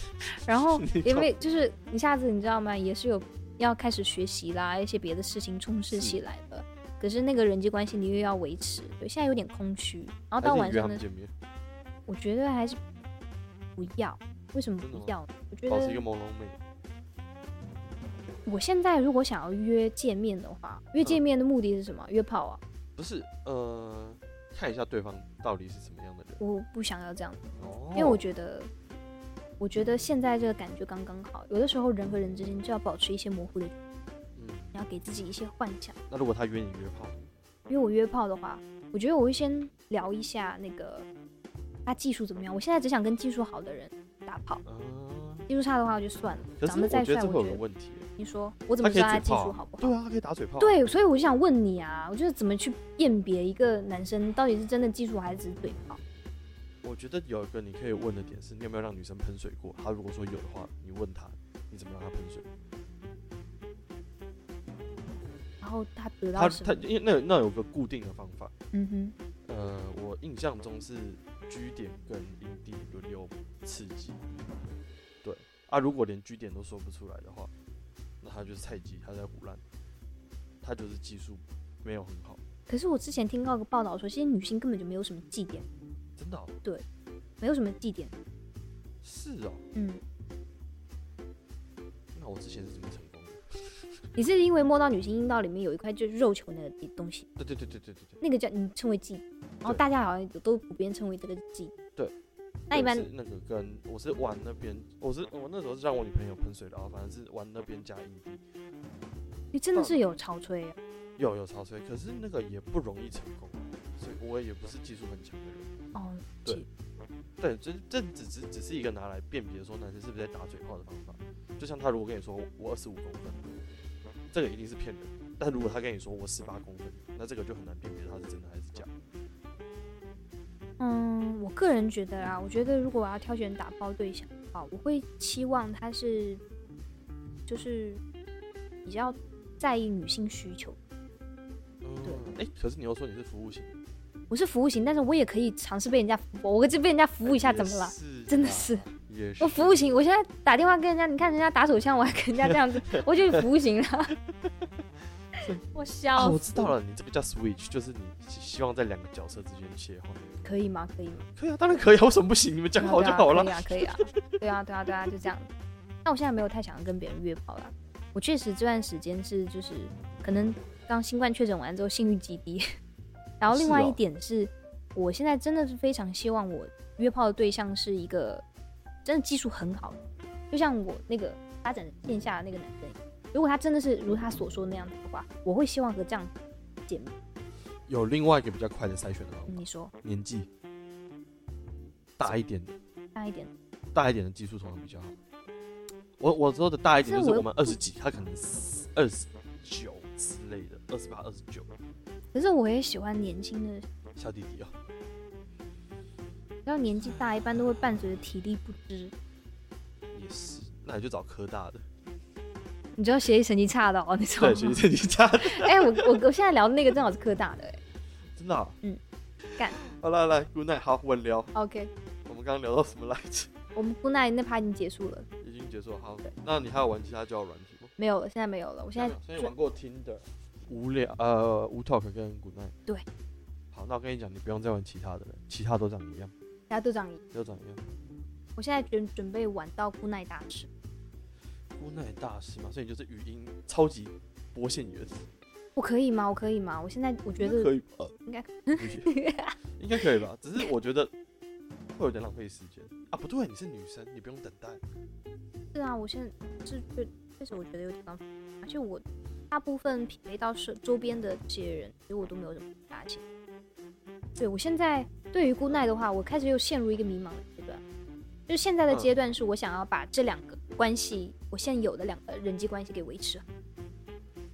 Speaker 1: 然后因为就是一下子你知道吗，也是有要开始学习啦，一些别的事情充斥
Speaker 2: 是
Speaker 1: 起来了。可是那个人际关系你又要维持，对，现在有点空虚。然后
Speaker 2: 还
Speaker 1: 到
Speaker 2: 是
Speaker 1: 晚
Speaker 2: 你约他
Speaker 1: 上呢
Speaker 2: 们，见面，
Speaker 1: 我觉得还是不要。为什么
Speaker 2: 真的
Speaker 1: 不
Speaker 2: 吗
Speaker 1: 要呢？我觉
Speaker 2: 保持一个
Speaker 1: 得
Speaker 2: 朦胧美，
Speaker 1: 我现在如果想要约见面的话，约见面的目的是什么？约炮啊！
Speaker 2: 不是，呃，看一下对方到底是什么样的人，
Speaker 1: 我不想要这样，
Speaker 2: 哦，
Speaker 1: 因为我觉得，我觉得现在这个感觉刚刚好。有的时候人和人之间就要保持一些模糊的，
Speaker 2: 嗯，
Speaker 1: 你要给自己一些幻想。
Speaker 2: 那如果他约你约炮，
Speaker 1: 因为我约炮的话，我觉得我会先聊一下那个他技术怎么样。我现在只想跟技术好的人打炮，
Speaker 2: 嗯，
Speaker 1: 技术差的话我就算了。
Speaker 2: 可
Speaker 1: 长
Speaker 2: 是
Speaker 1: 得
Speaker 2: 我
Speaker 1: 再
Speaker 2: 觉
Speaker 1: 帅，
Speaker 2: 得这会
Speaker 1: 我
Speaker 2: 有
Speaker 1: 觉
Speaker 2: 个
Speaker 1: 得
Speaker 2: 问题，
Speaker 1: 你说我怎
Speaker 2: 他
Speaker 1: 么
Speaker 2: 可
Speaker 1: 知
Speaker 2: 以
Speaker 1: 道他
Speaker 2: 嘴
Speaker 1: 技
Speaker 2: 炮
Speaker 1: 术好
Speaker 2: 啊
Speaker 1: 不，好？
Speaker 2: 对啊，他可以打嘴炮，，
Speaker 1: 对，所以我就想问你啊，我就是怎么去辨别一个男生到底是真的技术还是只是嘴炮？
Speaker 2: 我觉得有一个你可以问的点是，你有没有让女生喷水过？她如果说有的话，你问她，你怎么让她喷水？
Speaker 1: 然后他得
Speaker 2: 她
Speaker 1: 到什
Speaker 2: 她
Speaker 1: 么？
Speaker 2: 因为那那有个固定的方法，
Speaker 1: 嗯
Speaker 2: 呃，我印象中是居点跟营地轮流刺激，对啊，如果连居点都说不出来的话，那她就是菜鸡，她在胡乱，她就是技术没有很好，
Speaker 1: 哼。可是我之前听到一个报道说，现在女性根本就没有什么祭点，
Speaker 2: 真的哦、
Speaker 1: 没有什么祭点。
Speaker 2: 是哦、
Speaker 1: 嗯，
Speaker 2: 那我之前是怎么成功的？
Speaker 1: 你是因为摸到女性阴道里面有一块就是肉球那个东西，
Speaker 2: 对对对对对对对，
Speaker 1: 那个叫你称为祭，然后
Speaker 2: 对
Speaker 1: 大家好像都普遍称为这个祭。
Speaker 2: 对。
Speaker 1: 那一
Speaker 2: 我
Speaker 1: 般
Speaker 2: 是那个跟我是玩那边，我是我那时候是让我女朋友喷水的啊，反正是玩那边加营地，
Speaker 1: 你真的是有潮吹啊、
Speaker 2: 有有潮吹，可是那个也不容易成功，啊所以我也不是技术很强的人。
Speaker 1: 哦，
Speaker 2: 对对，这这只只只是一个拿来辨别说男生是不是在打嘴炮的方法。就像他如果跟你说我二十五公分，这个一定是骗人。但如果他跟你说我十八公分，那这个就很难辨别他是真的还是假的。
Speaker 1: 嗯，我个人觉得啊，我觉得如果我要挑选打包对象的话，我会期望他是，就是比较在意女性需求。
Speaker 2: 嗯，哎、可是你又说你是服务型，
Speaker 1: 我是服务型，但是我也可以尝试被人家服务。我这被人家服务一下
Speaker 2: 也
Speaker 1: 怎么了？
Speaker 2: 是
Speaker 1: 真的
Speaker 2: 啦
Speaker 1: 是，
Speaker 2: 也是
Speaker 1: 我服务型，我现在打电话跟人家，你看人家打手枪，我还跟人家这样子，我就是服务型了。我
Speaker 2: 啊，
Speaker 1: 笑
Speaker 2: 我
Speaker 1: 死，
Speaker 2: 知道了，你这个叫 switch，就是你希希望在两个角色之间切换。
Speaker 1: 可以吗？可以吗？
Speaker 2: 可以啊，当然可以啊，为什么不行？你们讲好就好了。
Speaker 1: 对啊，可以啊，可以啊，对啊，对啊，对啊，就这样。那我现在没有太想要跟别人约炮啦。我确实这段时间是就是可能刚新冠确诊完之后性欲极低， 然后另外
Speaker 2: 是哦
Speaker 1: 一点是，我现在真的是非常希望我约炮的对象是一个真的技术很好的，就像我那个发展线下的那个男生一样，如果他真的是如他所说那样的话，我会希望和这样姐妹。
Speaker 2: 有另外一个比较快的筛选的方法，
Speaker 1: 你说
Speaker 2: 年纪大一点的，
Speaker 1: 大一点，
Speaker 2: 大一点的技术通常比较好。我我说的大一点
Speaker 1: 这
Speaker 2: 就是
Speaker 1: 我
Speaker 2: 我
Speaker 1: 又
Speaker 2: 们二十几，他可能二十九之类的，二十八、二十九，
Speaker 1: 可是我也喜欢年轻的，
Speaker 2: 小弟弟哦。
Speaker 1: 只要年纪大，一般都会伴随着体力不支。
Speaker 2: 也是，那你就找科 大的，
Speaker 1: 你知道学习成绩差的哦，你知道
Speaker 2: 对，学习
Speaker 1: 吗？
Speaker 2: 成绩差的，
Speaker 1: 哎、我我我现在聊的那个正好是科大的、哎
Speaker 2: 真的啊、
Speaker 1: 嗯，干
Speaker 2: 好了，来，Good night，好，稳聊。
Speaker 1: OK，
Speaker 2: 我们刚刚聊到什么来着？
Speaker 1: 我们姑奈那趴已经结束了，
Speaker 2: 已经结束了。好
Speaker 1: 对，
Speaker 2: 那你还有玩其他交友软体吗？
Speaker 1: 没有了，现在没有了。我现在
Speaker 2: 所以玩过 Tinder，无聊，呃，无 Talk 跟 Good night。
Speaker 1: 对。
Speaker 2: 好，那我跟你讲，你不用再玩其他的了，其他都长一样，
Speaker 1: 大家都长一，
Speaker 2: 都长一样。
Speaker 1: 我现在准准备玩到姑奈大师。
Speaker 2: 无奈大师嘛，所以你就是语音超级播线员，
Speaker 1: 我可以吗？我可以吗？我现在我觉
Speaker 2: 应该
Speaker 1: 得
Speaker 2: 可以吧？
Speaker 1: 应该
Speaker 2: 不行应该可以吧？只是我觉得会有点浪费时间啊。不对，你是女生，你不用等待。
Speaker 1: 是啊，我现在是确确实我觉得有点浪费，而且我大部分匹配到是周边的这些人，其实我都没有怎么搭情。对我现在对于姑奈的话，我开始又陷入一个迷茫的阶段，就是现在的
Speaker 2: 嗯
Speaker 1: 阶段是我想要把这两个关系，我现有的两个人际关系给维持好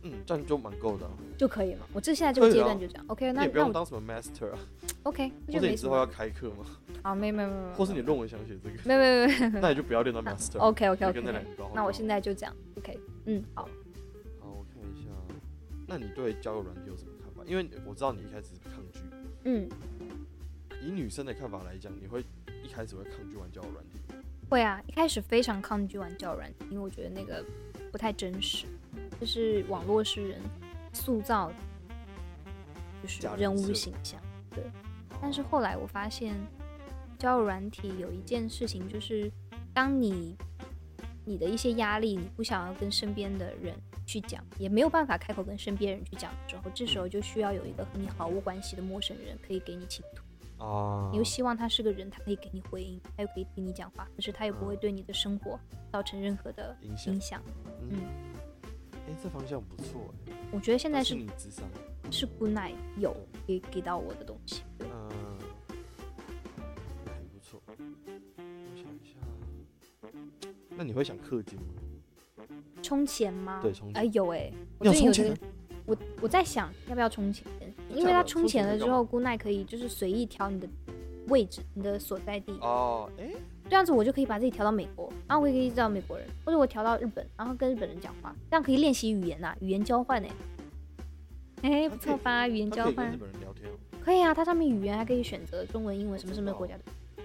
Speaker 2: 嗯，这样就蛮够的啊、
Speaker 1: 就可以嘛。我这现在这个
Speaker 2: 可以
Speaker 1: 阶
Speaker 2: 啊
Speaker 1: 段就这样。OK，
Speaker 2: 你
Speaker 1: 那
Speaker 2: 也不
Speaker 1: 那
Speaker 2: 用
Speaker 1: 我
Speaker 2: 当什么 master 啊，
Speaker 1: OK，那
Speaker 2: 或
Speaker 1: 就
Speaker 2: 者
Speaker 1: 没
Speaker 2: 你
Speaker 1: 什
Speaker 2: 之后要
Speaker 1: 么。
Speaker 2: 开课嘛，
Speaker 1: 好，没没没没，
Speaker 2: 或是你论文想写 这个，
Speaker 1: 没没没没
Speaker 2: 那你就不要练到 master。
Speaker 1: OK OK
Speaker 2: 就跟那
Speaker 1: OK，
Speaker 2: 两个高。
Speaker 1: 那我现在就这样 OK，嗯，好，
Speaker 2: 好，我看一下，那你对交友软件有什么看法？因为我知道你一开始是抗拒，
Speaker 1: 嗯。
Speaker 2: 以女生的看法来讲，你会一开始会抗拒玩交友软件，
Speaker 1: 会啊，一开始非常抗拒玩交友软件，因为我觉得那个不太真实，就是网络诗人塑造的就是
Speaker 2: 假人
Speaker 1: 人物
Speaker 2: 设
Speaker 1: 形象。但是后来我发现，交友软体有一件事情，就是当你你的一些压力，你不想要跟身边的人去讲，也没有办法开口跟身边人去讲的时候，这时候就需要有一个和你毫无关系的陌生人可以给你倾吐。
Speaker 2: 啊
Speaker 1: 你又希望他是个人，他可以给你回应，他又可以听你讲话，可是他又不
Speaker 2: 嗯
Speaker 1: 会对你的生活造成任何的
Speaker 2: 影响
Speaker 1: 影，响。
Speaker 2: 嗯，哎、这方向不错、欸，
Speaker 1: 我觉得现在
Speaker 2: 是
Speaker 1: 是
Speaker 2: 你智商，
Speaker 1: 是 Good Night 有给给到我的东西，对
Speaker 2: 嗯、还不错。我想一下，那你会想氪金吗？
Speaker 1: 充钱吗？
Speaker 2: 对充钱
Speaker 1: 哎、有哎、
Speaker 2: 你
Speaker 1: 我
Speaker 2: 有
Speaker 1: 最近有
Speaker 2: 充
Speaker 1: 这
Speaker 2: 钱
Speaker 1: 个，我我在想要不要充钱，
Speaker 2: 的
Speaker 1: 因为他
Speaker 2: 充
Speaker 1: 充钱
Speaker 2: 钱
Speaker 1: 了
Speaker 2: 能
Speaker 1: 之
Speaker 2: 干
Speaker 1: 后，Good Night 可以就是随意调你的位置，你的所在地，
Speaker 2: 哦，哎、
Speaker 1: 这样子我就可以把自己调到美国，然后我也可以找美国人，或者我调到日本，然后跟日本人讲话，这样可以练习语言呐、语言交换欸呢、哎、不错吧？语言
Speaker 2: 他
Speaker 1: 交
Speaker 2: 可以跟
Speaker 1: 换
Speaker 2: 日本人聊天、哦。
Speaker 1: 可以啊，它上面语言还可以选择中文、英文什么什么
Speaker 2: 知道
Speaker 1: 国家的。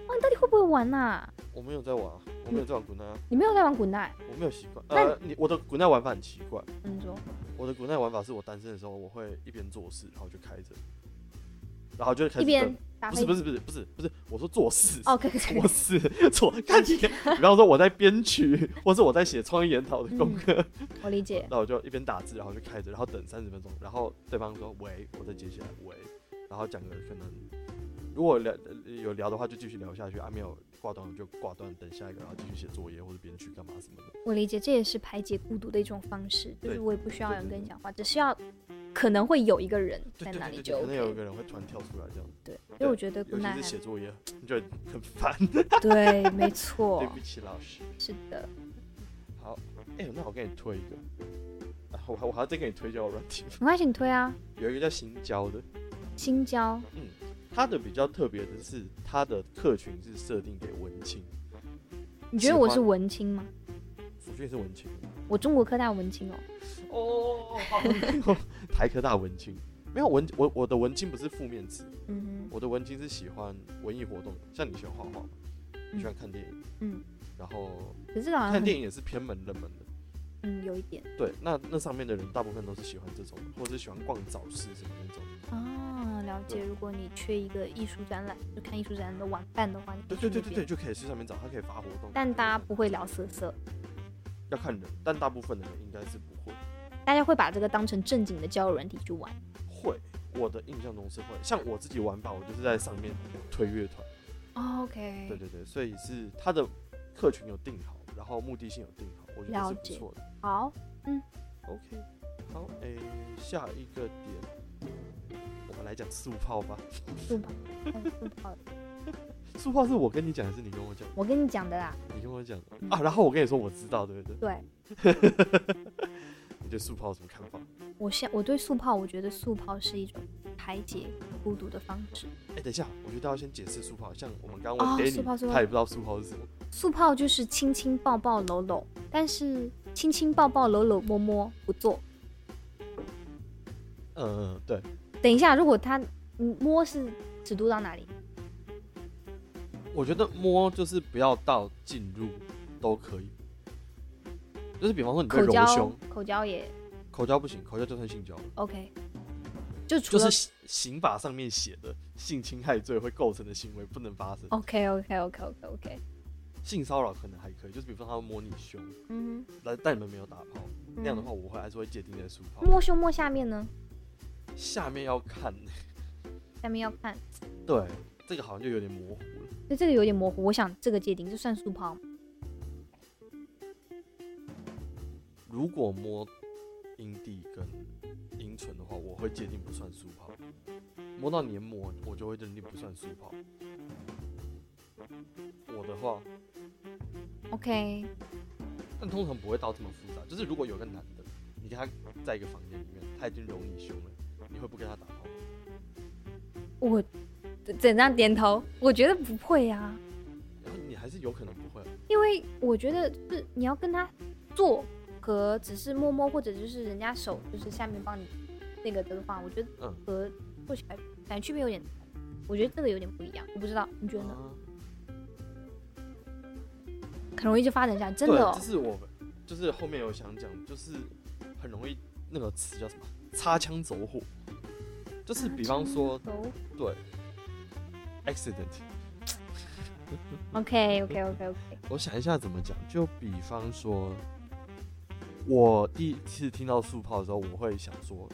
Speaker 1: 哇，你到底会不会玩呐、
Speaker 2: 我没有在玩啊，我没有在玩滚蛋啊，
Speaker 1: 你没有在玩滚蛋？
Speaker 2: 我没有习惯。
Speaker 1: 那
Speaker 2: 呃，你我的滚蛋玩法很奇怪，
Speaker 1: 你说
Speaker 2: 我的滚蛋玩法是我单身的时候，我会一边做事，然后就开着，然后就开始
Speaker 1: 一边
Speaker 2: 等
Speaker 1: 打
Speaker 2: 不是不
Speaker 1: 是
Speaker 2: 是不是不是不是，我说做事。
Speaker 1: 哦，可以可以
Speaker 2: 做事做，看你，比方说我在编曲，或是我在写创意研讨的
Speaker 1: 嗯
Speaker 2: 功课，
Speaker 1: 我理解。
Speaker 2: 那我就一边打字，然后就开着，然后等三十分钟，然后对方说喂，我再接起来喂，然后讲个可能，如果聊有聊的话就继续聊下去，啊没有挂断我就挂断，等下一个，然后继续写作业或者编曲干嘛什么的。
Speaker 1: 我理解，这也是排解孤独的一种方式，就
Speaker 2: 对
Speaker 1: 是我也不需要有人
Speaker 2: 对对
Speaker 1: 跟你
Speaker 2: 对
Speaker 1: 讲话，只需要可能会有一个人在
Speaker 2: 对
Speaker 1: 那里
Speaker 2: 对对
Speaker 1: 就
Speaker 2: 对，可能有一
Speaker 1: OK。
Speaker 2: 个人会突然跳出来这样，
Speaker 1: 对，所
Speaker 2: 对
Speaker 1: 以我觉得
Speaker 2: 尤
Speaker 1: Good
Speaker 2: 其
Speaker 1: Night
Speaker 2: 是写
Speaker 1: 还
Speaker 2: 作业， 你就很烦。
Speaker 1: 对，没
Speaker 2: 对
Speaker 1: 错，
Speaker 2: 不起老师。
Speaker 1: 是的。
Speaker 2: 好，哎、那我给你推一个，啊、我还我还要再给你推交友软体，
Speaker 1: 没关系，你推啊，
Speaker 2: 有一个叫新交的，
Speaker 1: 新交
Speaker 2: 它的比较特别的是它的客群是设定给文青，
Speaker 1: 你觉得我是文青吗？
Speaker 2: 我觉得是文青。
Speaker 1: 我中国科大文青哦。
Speaker 2: 哦，好， 台科大文青。没有文，我我的文青不是负面词，
Speaker 1: 嗯
Speaker 2: 我的文青是喜欢文艺活动，像你喜欢画画嘛，你喜欢看电影，
Speaker 1: 嗯，
Speaker 2: 然后
Speaker 1: 哼，可是好像
Speaker 2: 看
Speaker 1: 很
Speaker 2: 电影也是偏门冷门的，
Speaker 1: 嗯有一点
Speaker 2: 对，那那上面的人大部分都是喜欢这种，或者是喜欢逛早市什么那种，
Speaker 1: 啊，了解。
Speaker 2: 对
Speaker 1: 如果你缺一个艺术展览，就看艺术展览的玩伴的话，你可
Speaker 2: 对
Speaker 1: 以
Speaker 2: 对
Speaker 1: 去
Speaker 2: 对
Speaker 1: 那
Speaker 2: 对对，
Speaker 1: 边，
Speaker 2: 就可以去上面找，他可以发活动，
Speaker 1: 但大家不会聊色色，
Speaker 2: 要看人，但大部分的人应该是不会，
Speaker 1: 大家会把这个当成正经的交友软体去玩。
Speaker 2: 会，我的印象中是会，像我自己玩法，我就是在上面推乐团。
Speaker 1: 哦 OK，
Speaker 2: 对对对，所以是它的客群有定好，然后目的性有定好，我觉得
Speaker 1: 了
Speaker 2: 是
Speaker 1: 解
Speaker 2: 不错的。
Speaker 1: 好，
Speaker 2: OK，好，诶、下一个点，我们来来讲速泡吧。
Speaker 1: 速泡，嗯速泡。
Speaker 2: 速泡是我跟你讲，还是你跟我讲？
Speaker 1: 我跟你讲的啦，
Speaker 2: 你跟我讲的
Speaker 1: 嗯
Speaker 2: 啊，然后我跟你说我知道，对不对？
Speaker 1: 对
Speaker 2: 你对速泡有什么看法？
Speaker 1: 我现我对速泡，我觉得速泡是一种排解孤独的方式。
Speaker 2: 哎、等一下，我觉得要先解释速泡，像我们刚
Speaker 1: 哦
Speaker 2: 刚问 Danny，、
Speaker 1: 速泡速泡
Speaker 2: 他也不知道速泡是什么。
Speaker 1: 速泡就是亲亲抱抱搂搂，但是亲亲抱抱搂搂摸摸不做。
Speaker 2: 嗯嗯，对，
Speaker 1: 等一下，如果他嗯摸是尺度到哪里？
Speaker 2: 我觉得摸就是不要到进入都可以，就是比方说你对
Speaker 1: 口
Speaker 2: 揉
Speaker 1: 交
Speaker 2: 胸，
Speaker 1: 口交也
Speaker 2: 口交不行，口交就算性交了，
Speaker 1: OK，就除
Speaker 2: 就
Speaker 1: 了、
Speaker 2: 是刑刑法上面写的性侵害罪会构成的行为不能发生。
Speaker 1: OK OK OK OK OK，
Speaker 2: 性骚扰可能还可以，就是比方说他摸你胸，
Speaker 1: 嗯
Speaker 2: 但但你们没有打炮，
Speaker 1: 哼，
Speaker 2: 那样的
Speaker 1: 嗯
Speaker 2: 话我会还是会界定在速泡。
Speaker 1: 摸胸摸下面呢？
Speaker 2: 下面要看，
Speaker 1: 下面要看，
Speaker 2: 对，这个好像就有点模糊了。
Speaker 1: 对这个有点模糊。我想这个界定，这算速泡吗？
Speaker 2: 如果摸阴蒂跟阴唇的话，我会界定不算速泡。摸到黏膜，我就会认定不算速泡。我的话，
Speaker 1: OK，
Speaker 2: 但通常不会到这么复杂。就是如果有个男的，你跟他在一个房间里面，他已经揉你胸了，你会不跟他打炮吗？
Speaker 1: 我怎样点头？我觉得不会啊呀、
Speaker 2: 然后你还是有可能不会啊。
Speaker 1: 因为我觉得是你要跟他做和只是摸摸，或者就是人家手就是下面帮你那个的话，我觉得
Speaker 2: 嗯
Speaker 1: 和做起来感觉区别有点大，我觉得这个有点不一样。我不知道，你觉得呢？
Speaker 2: 啊
Speaker 1: 很容易就发展下来，真
Speaker 2: 对
Speaker 1: 的哦
Speaker 2: 这。是我就是后面有想讲，就是很容易那个词叫什么“擦枪走火”，就是比方 说
Speaker 1: 走
Speaker 2: 对 accident，
Speaker 1: ，OK OK OK OK，
Speaker 2: 我想一下怎么讲，就比方说，我第一次听到速泡的时候，我会想说，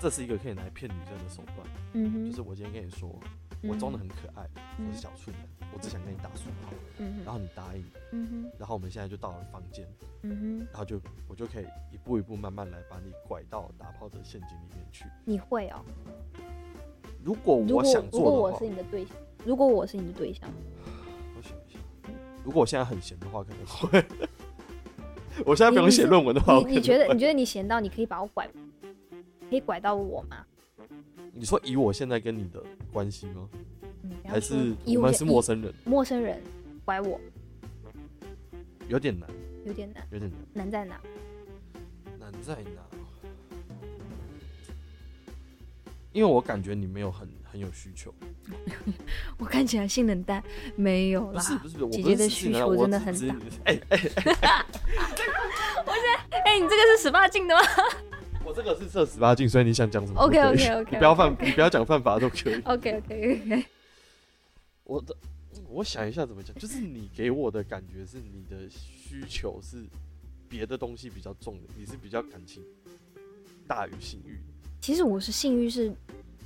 Speaker 2: 这是一个可以拿来骗女生的手段，
Speaker 1: 嗯哼，
Speaker 2: 就是我今天跟你说我装的很可爱，我是小处男，我只想跟你打速泡，
Speaker 1: 嗯
Speaker 2: 然
Speaker 1: 哼，
Speaker 2: 后你答应，
Speaker 1: 嗯哼，
Speaker 2: 然后我们现在就到了房间，
Speaker 1: 嗯哼，
Speaker 2: 然后就我就可以一步一步慢慢来把你拐到打炮的陷阱里面去。
Speaker 1: 你会哦。
Speaker 2: 如果
Speaker 1: 如
Speaker 2: 我
Speaker 1: 果
Speaker 2: 想
Speaker 1: 如果
Speaker 2: 做
Speaker 1: 我
Speaker 2: 的话
Speaker 1: 是，你的对象，如果我是你的对象，
Speaker 2: 我想一下，如果我现在很闲的话，可能会。 我现在不用
Speaker 1: 你你
Speaker 2: 写
Speaker 1: 是
Speaker 2: 论文的话， 我
Speaker 1: 你你
Speaker 2: 可
Speaker 1: 觉
Speaker 2: 能
Speaker 1: 得
Speaker 2: 会
Speaker 1: 你觉得你闲到你可以把我拐，可以拐到我吗？
Speaker 2: 你说以我现在跟你的关系吗？
Speaker 1: 嗯，然后
Speaker 2: 还
Speaker 1: 说
Speaker 2: 是
Speaker 1: 以
Speaker 2: 我
Speaker 1: 我
Speaker 2: 们
Speaker 1: 现
Speaker 2: 是
Speaker 1: 以
Speaker 2: 陌生人？
Speaker 1: 陌生人拐我
Speaker 2: 有点难，
Speaker 1: 有点难，
Speaker 2: 有点难，
Speaker 1: 难在哪？
Speaker 2: 难在哪？因为我感觉你没有很很有需求，
Speaker 1: 我看起来性冷淡，没有
Speaker 2: 不
Speaker 1: 啦。
Speaker 2: 是不是，我
Speaker 1: 姐
Speaker 2: 不
Speaker 1: 姐
Speaker 2: 是
Speaker 1: 的
Speaker 2: 自信
Speaker 1: 需
Speaker 2: 啊
Speaker 1: 求
Speaker 2: 我
Speaker 1: 真的
Speaker 2: 只
Speaker 1: 很
Speaker 2: 只
Speaker 1: 大
Speaker 2: 哎、哎、
Speaker 1: 哎、你这个是十八禁的吗
Speaker 2: 我这个是设十八禁，所以你想讲什么都
Speaker 1: ？OK
Speaker 2: 可以
Speaker 1: OK OK，
Speaker 2: 你不要犯，你不要讲犯法都可以。
Speaker 1: OK OK OK，
Speaker 2: 我的，我想一下怎么讲，就是你给我的感觉是你的需求是别的东西比较重的，你是比较感情大于性欲的。
Speaker 1: 其实我是性欲是，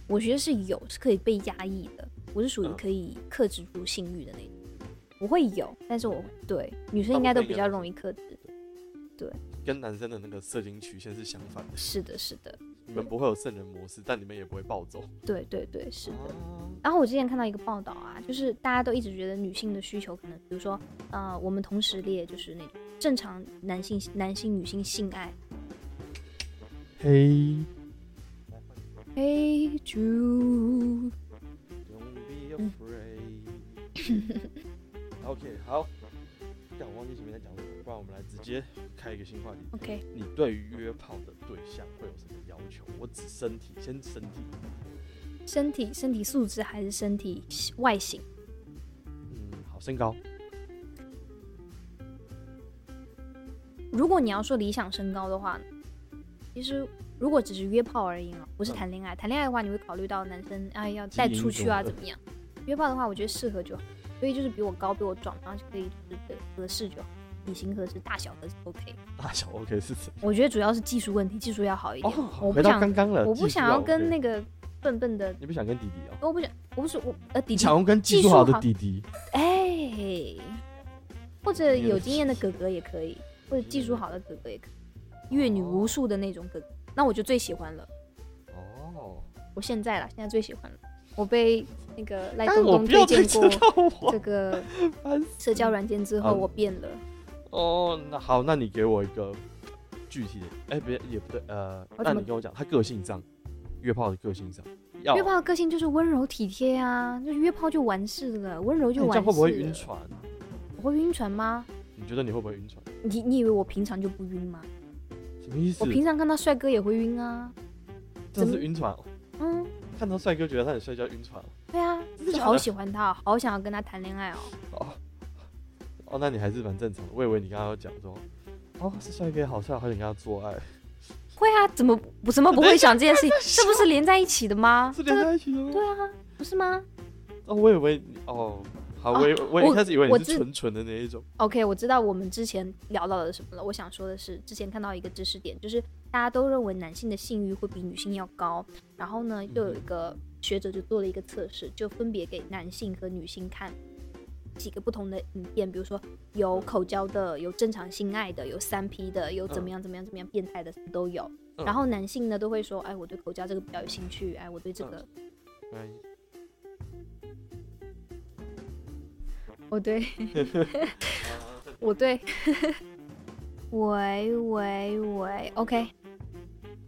Speaker 1: 我觉得是有是可以被压抑的，我是属于
Speaker 2: 嗯
Speaker 1: 可以克制住性欲的那种。我会有，但是我对女生应该都比较容易克制。
Speaker 2: 跟男生的那个射精曲线是相反的，
Speaker 1: 是的，是的，
Speaker 2: 你们不会有圣人模式，但你们也不会暴走。
Speaker 1: 对对对，是的。
Speaker 2: 啊
Speaker 1: 然后我之前看到一个报道啊，就是大家都一直觉得女性的需求可能，比如说，呃，我们同时列就是那种正常男性、男性、女性性爱。
Speaker 2: 嘿，
Speaker 1: Hey Jude，
Speaker 2: Don't be afraid 。OK，好。但我忘记前面在讲什么，不然我们来直接开一个新话题。
Speaker 1: OK，
Speaker 2: 你对于约炮的对象会有什么要求？我指身体，先身体。
Speaker 1: 身体身体素质还是身体外形？
Speaker 2: 嗯，好，身高。
Speaker 1: 如果你要说理想身高的话，其实如果只是约炮而已嘛，不是谈恋爱。谈恋爱的话，你会考虑到男生啊要带出去啊
Speaker 2: 基因
Speaker 1: 怎么样？约炮的话，我觉得适合就好，所以就是比我高比我壮，然后就可以就是合适就好，体型合适，大小合适 OK。
Speaker 2: 大小 OK 是谁？
Speaker 1: 我觉得主要是技术问题，技术要好一
Speaker 2: 哦
Speaker 1: 点。，我不
Speaker 2: 回到
Speaker 1: 想
Speaker 2: 刚刚了。
Speaker 1: 我
Speaker 2: 技术
Speaker 1: 不想要
Speaker 2: 啊
Speaker 1: 跟
Speaker 2: OK
Speaker 1: 那个笨笨的，
Speaker 2: 你不想跟弟弟哦？
Speaker 1: 我不想，我不是我呃弟
Speaker 2: 你
Speaker 1: 弟
Speaker 2: 想，要跟技
Speaker 1: 技
Speaker 2: 术
Speaker 1: 术
Speaker 2: 好的
Speaker 1: 好
Speaker 2: 弟弟？
Speaker 1: 哎，或者
Speaker 2: 你的嗯
Speaker 1: 有经验的哥哥也可以，或者技术好的哥哥也可以，阅女无数的那种哥哥，那我就最喜欢了。
Speaker 2: 哦，
Speaker 1: 我现在啦，现在最喜欢了。我被那个赖
Speaker 2: 但
Speaker 1: 东
Speaker 2: 我
Speaker 1: 东
Speaker 2: 不
Speaker 1: 推
Speaker 2: 要再
Speaker 1: 荐
Speaker 2: 知
Speaker 1: 过
Speaker 2: 道我
Speaker 1: 这个
Speaker 2: 烦死
Speaker 1: 社交软件之后，
Speaker 2: 嗯
Speaker 1: 我变了。
Speaker 2: 哦。那好，那你给我一个具体的，哎、别也不对，呃，
Speaker 1: 我
Speaker 2: 那
Speaker 1: 怎么
Speaker 2: 你跟我讲，他个性上，约炮的个性上，要啊
Speaker 1: 约炮的个性就是温柔体贴啊，就是约炮就完事了，温柔
Speaker 2: 那
Speaker 1: 就
Speaker 2: 哎
Speaker 1: 完事
Speaker 2: 你这
Speaker 1: 了。
Speaker 2: 样会不会晕船？啊
Speaker 1: 我会晕船吗？
Speaker 2: 你觉得你会不会晕船？
Speaker 1: 你你以为我平常就不晕吗？
Speaker 2: 什么意思
Speaker 1: 我？平常看到帅哥也会晕啊。
Speaker 2: 这
Speaker 1: 怎
Speaker 2: 是
Speaker 1: 么
Speaker 2: 晕船哦，
Speaker 1: 嗯，
Speaker 2: 看到帅哥觉得他很帅叫晕船哦
Speaker 1: 对啊，
Speaker 2: 真的
Speaker 1: 就
Speaker 2: 假
Speaker 1: 好
Speaker 2: 的
Speaker 1: 喜欢他哦，好想要跟他谈恋爱哦。
Speaker 2: 哦。哦，那你还是蛮正常的。我以为你刚刚有讲说，哦，是帅哥，好帅，好想跟他做爱，
Speaker 1: 会啊，怎么我怎么不会想这 件事情？这不是连在一起的吗？
Speaker 2: 是连在一起的吗？
Speaker 1: 对啊，不是吗
Speaker 2: 哦，我以为你哦，好，
Speaker 1: 哦
Speaker 2: 我以为我一
Speaker 1: 我
Speaker 2: 开始以为
Speaker 1: 我
Speaker 2: 你是
Speaker 1: 知
Speaker 2: 纯纯的那一种，
Speaker 1: ？OK，我知道我们之前聊到了什么了。我想说的是，之前看到一个知识点，就是大家都认为男性的性欲会比女性要高，然后呢，就
Speaker 2: 嗯
Speaker 1: 有一个学者就做了一个测试，就分别给男性和女性看。几个不同的影片，比如说有口交的，有正常性爱的，有三 P 的，有怎么样怎么样怎么样变态的都有。
Speaker 2: 嗯
Speaker 1: 然后男性呢都会说，哎，我对口交这个比较有兴趣，哎，我对这
Speaker 2: 嗯
Speaker 1: 个
Speaker 2: 哎
Speaker 1: 我 对，我对，喂喂喂，OK。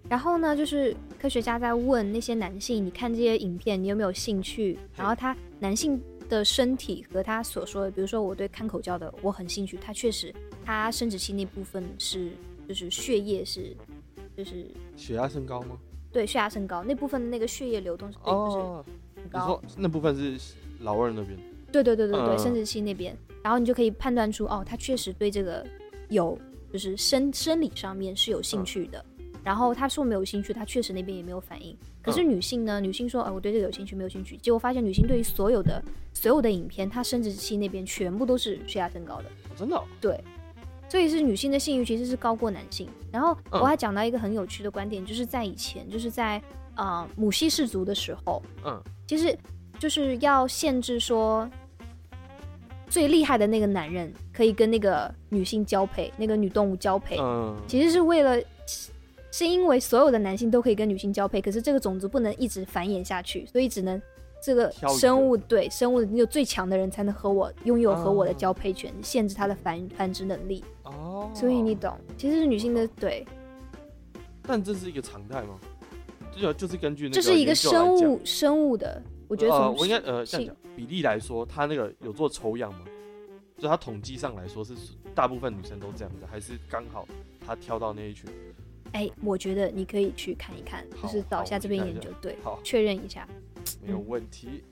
Speaker 1: 然后呢，就是科学家在问那些男性，你看这些影片，你有没有兴趣？然后他男性的身体和他所说的，比如说我对看口交的我很兴趣，他确实他生殖器那部分是就是血液是就是
Speaker 2: 血压升高吗？
Speaker 1: 对血压升高那部分的那个血液流动是对就是
Speaker 2: 哦，
Speaker 1: 很
Speaker 2: 你
Speaker 1: 高。
Speaker 2: 说那部分是老二那边，
Speaker 1: 对对对对对，
Speaker 2: 嗯
Speaker 1: 生殖器那边，然后你就可以判断出，哦，他确实对这个有，就是生生理上面是有兴趣的。然后他说没有兴趣，他确实那边也没有反应。可是
Speaker 2: 嗯
Speaker 1: 女性呢？女性说，哎、我对这个有兴趣，没有兴趣。结果发现女性对于所有的所有的影片，她生殖器那边全部都是血压升高的。
Speaker 2: 哦真的哦
Speaker 1: 对，所以是女性的性欲其实是高过男性。然后我
Speaker 2: 嗯
Speaker 1: 还讲到一个很有趣的观点，就是在以前，就是在呃母系氏族的时候，
Speaker 2: 嗯，
Speaker 1: 其实就是要限制说。最厉害的那个男人可以跟那个女性交配，那个女动物交配，
Speaker 2: 嗯，
Speaker 1: 其实是为了，是因为所有的男性都可以跟女性交配，可是这个种族不能一直繁衍下去，所以只能这个
Speaker 2: 挑一个
Speaker 1: 生物对生物只有最强的人才能和我拥有和我的
Speaker 2: 啊
Speaker 1: 交配权，限制它的繁繁殖能力。
Speaker 2: 哦，
Speaker 1: 所以你，懂，其实是女性的对，
Speaker 2: 但这是一个常态吗？就就是根据那
Speaker 1: 这是一个
Speaker 2: 研究来
Speaker 1: 生
Speaker 2: 讲
Speaker 1: 物生物的，我觉得
Speaker 2: 呃，
Speaker 1: 从
Speaker 2: 我应该呃这样
Speaker 1: 性
Speaker 2: 讲，比例来说，他那个有做抽样吗？就他统计上来说是大部分女生都这样子，还是刚好他挑到那一群？
Speaker 1: 哎，我觉得你可以去看一看，就
Speaker 2: 好
Speaker 1: 是找
Speaker 2: 好
Speaker 1: 一下
Speaker 2: 我
Speaker 1: 这
Speaker 2: 去
Speaker 1: 边
Speaker 2: 看一
Speaker 1: 研
Speaker 2: 下
Speaker 1: 究，对，
Speaker 2: 好，
Speaker 1: 确认一下。
Speaker 2: 没有
Speaker 1: 嗯
Speaker 2: 问题。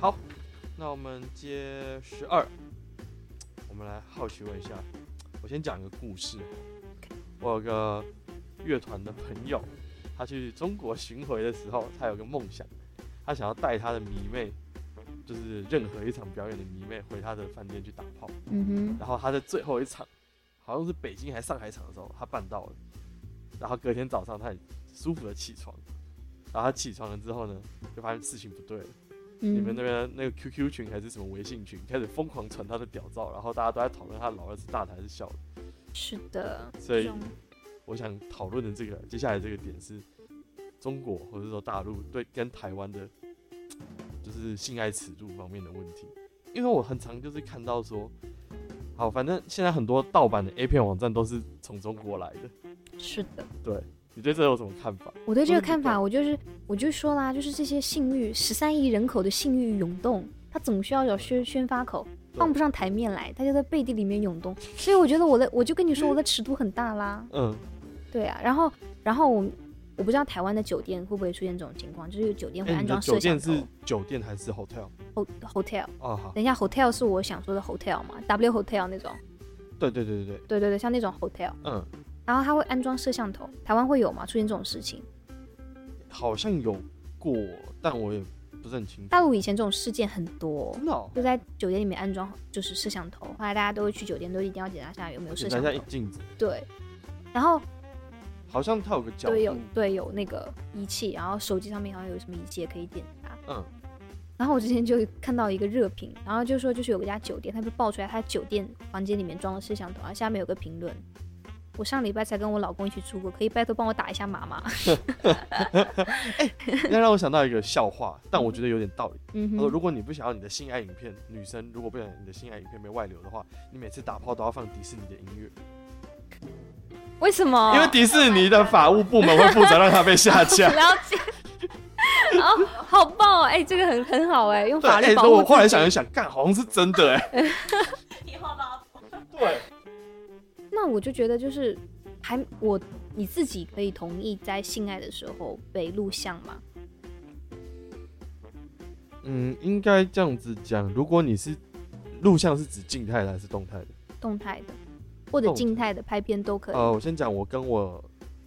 Speaker 2: 好，那我们接十二，我们来好奇问一下，我先讲一个故事哦。我有个乐团的朋友，他去中国巡回的时候，他有个梦想，他想要带他的迷妹，就是任何一场表演的迷妹回他的饭店去打炮。
Speaker 1: 嗯
Speaker 2: 然后他在最后一场，好像是北京还上海场的时候，他办到了。然后隔天早上他很舒服的起床，然后他起床了之后呢，就发现事情不对了。
Speaker 1: 哼，
Speaker 2: 你们
Speaker 1: 嗯
Speaker 2: 那边那个 QQ 群还是什么微信群，开始疯狂传他的屌照，然后大家都在讨论他老二是大的还是小的。
Speaker 1: 是的，
Speaker 2: 所以
Speaker 1: 这种
Speaker 2: 我想讨论的这个接下来这个点是，中国或者说大陆对跟台湾的，就是性爱尺度方面的问题。因为我很常就是看到说，好，反正现在很多盗版的 A 片网站都是从中国来的。
Speaker 1: 是的。
Speaker 2: 你对这有什么看法？
Speaker 1: 我对这个
Speaker 2: 或者你
Speaker 1: 看法，
Speaker 2: 懂
Speaker 1: 我就是我就说啦，就是这些性欲，十三亿人口的性欲涌动，它总需要有宣宣发口，
Speaker 2: 对
Speaker 1: 放不上台面来，它就在背地里面涌动。所以我觉得我的，我就跟你说我的尺度很大啦，
Speaker 2: 嗯，
Speaker 1: 对啊。然后，然后我我不知道台湾的酒店会不会出现这种情况，就是有酒店会
Speaker 2: 哎、
Speaker 1: 安
Speaker 2: 你的
Speaker 1: 装
Speaker 2: 酒
Speaker 1: 摄像
Speaker 2: 店
Speaker 1: 头
Speaker 2: 是。酒店还是 hotel？
Speaker 1: ho- hotel，
Speaker 2: 哦，好，
Speaker 1: 等一下，hotel 是我想说的 hotel 嘛，W hotel 那种，
Speaker 2: 对对对对对，
Speaker 1: 对对对，像那种 hotel，
Speaker 2: 嗯，
Speaker 1: 然后它会安装摄像头，台湾会有吗？出现这种事情？
Speaker 2: 好像有过，但我也不是很清楚。
Speaker 1: 大陆以前这种事件很多、
Speaker 2: 真的、哦，
Speaker 1: 就在酒店里面安装就是摄像头，后来大家都会去酒店都一定要检查一下有没有摄
Speaker 2: 检
Speaker 1: 像
Speaker 2: 查一下一
Speaker 1: 头，
Speaker 2: 镜子，
Speaker 1: 对，然后
Speaker 2: 好像它有个角
Speaker 1: 对有
Speaker 2: 度，
Speaker 1: 对有那个仪器，然后手机上面好像有什么仪器也可以检查。
Speaker 2: 嗯，
Speaker 1: 然后我之前就看到一个热评，然后就说就是有一家酒店，它被爆出来，它酒店房间里面装了摄像头，然后下面有个评论，我上礼拜才跟我老公一起出国，可以拜托帮我打一下码吗？
Speaker 2: 那让我想到一个笑话，但我觉得有点道理。
Speaker 1: 嗯
Speaker 2: 他说，
Speaker 1: 哼，
Speaker 2: 哦如果你不想要你的性爱影片，女生如果不想你的性爱影片被外流的话，你每次打炮都要放迪士尼的音乐，
Speaker 1: 为什么？。
Speaker 2: 因为迪士尼的法务部门会负责让它被下架
Speaker 1: 了解。哦，好棒哦！哎、这个很很好哎、用
Speaker 2: 对，
Speaker 1: 法
Speaker 2: 哎、
Speaker 1: 律保
Speaker 2: 所
Speaker 1: 护
Speaker 2: 以我
Speaker 1: 自己。
Speaker 2: 后来想一想，干，好像是真的 哎、
Speaker 3: 以后吧，
Speaker 2: 对，
Speaker 1: 那我就觉得就是还我你自己可以同意在性爱的时候被录像吗？
Speaker 2: 嗯，应该这样子讲。如果你是嗯录像是指静态的还是动态的？
Speaker 1: 动态的或者
Speaker 2: 动态
Speaker 1: 静态的拍片都可以。
Speaker 2: 呃，我先讲，我跟我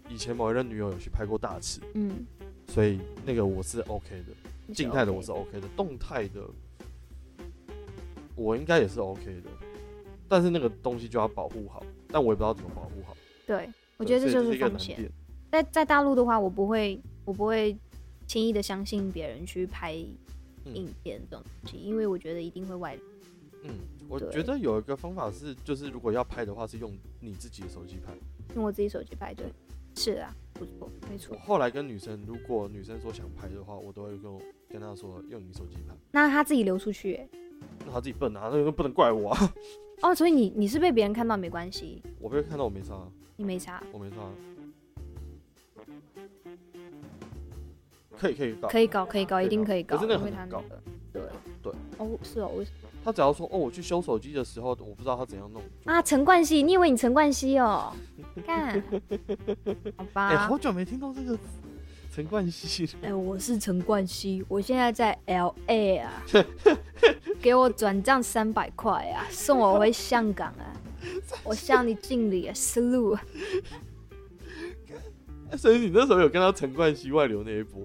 Speaker 2: 以前某一任女友有去拍过大尺，
Speaker 1: 嗯，
Speaker 2: 所以那个我是 OK 的。
Speaker 1: 你是
Speaker 2: 静态的
Speaker 1: OK
Speaker 2: 我是 OK 的，动态的我应该也是 OK 的，但是那个东西就要保护好，但我也不知道怎么保护好。
Speaker 1: 对，我觉
Speaker 2: 对
Speaker 1: 得这
Speaker 2: 所以
Speaker 1: 就是
Speaker 2: 一个
Speaker 1: 风
Speaker 2: 难
Speaker 1: 险。
Speaker 2: 点。
Speaker 1: 在在大陆的话，我不会，我不会轻易的相信别人去拍
Speaker 2: 嗯
Speaker 1: 影片这种东西，因为我觉得一定会外流。
Speaker 2: 嗯，我
Speaker 1: 对
Speaker 2: 觉得有一个方法是，就是如果要拍的话，是用你自己的手机拍。
Speaker 1: 用我自己手机拍，对，是啊，不错，没错
Speaker 2: 我。后来跟女生，如果女生说想拍的话，我都会跟我跟她说用你手机拍。
Speaker 1: 那他自己流出去欸、
Speaker 2: 那她自己笨啊，那个不能怪我啊。
Speaker 1: 哦，所以你你是被别人看到没关系，
Speaker 2: 我被看到我没啥，
Speaker 1: 你没啥，
Speaker 2: 我没啥。啊可以可以搞，
Speaker 1: 可以搞，可以搞，
Speaker 2: 可以
Speaker 1: 一定
Speaker 2: 搞
Speaker 1: 可以
Speaker 2: 可
Speaker 1: 搞，
Speaker 2: 是那个
Speaker 1: 因为
Speaker 2: 很
Speaker 1: 他那
Speaker 2: 搞
Speaker 1: 个，对
Speaker 2: 对，
Speaker 1: 哦，是哦，为什么
Speaker 2: 他只要说哦，我去修手机的时候，我不知道他怎样弄就
Speaker 1: 啊？陈冠希，你以为你陈冠希哦？ 干，好吧，
Speaker 2: 哎、好久没听到这个陈冠希 了。
Speaker 1: 哎、我是陈冠希，我现在在 L A 啊，给我转账三百块啊，送我回香港 啊，我向你敬礼啊，思路。
Speaker 2: 哎所以你那时候有看到陈冠希外流那一波？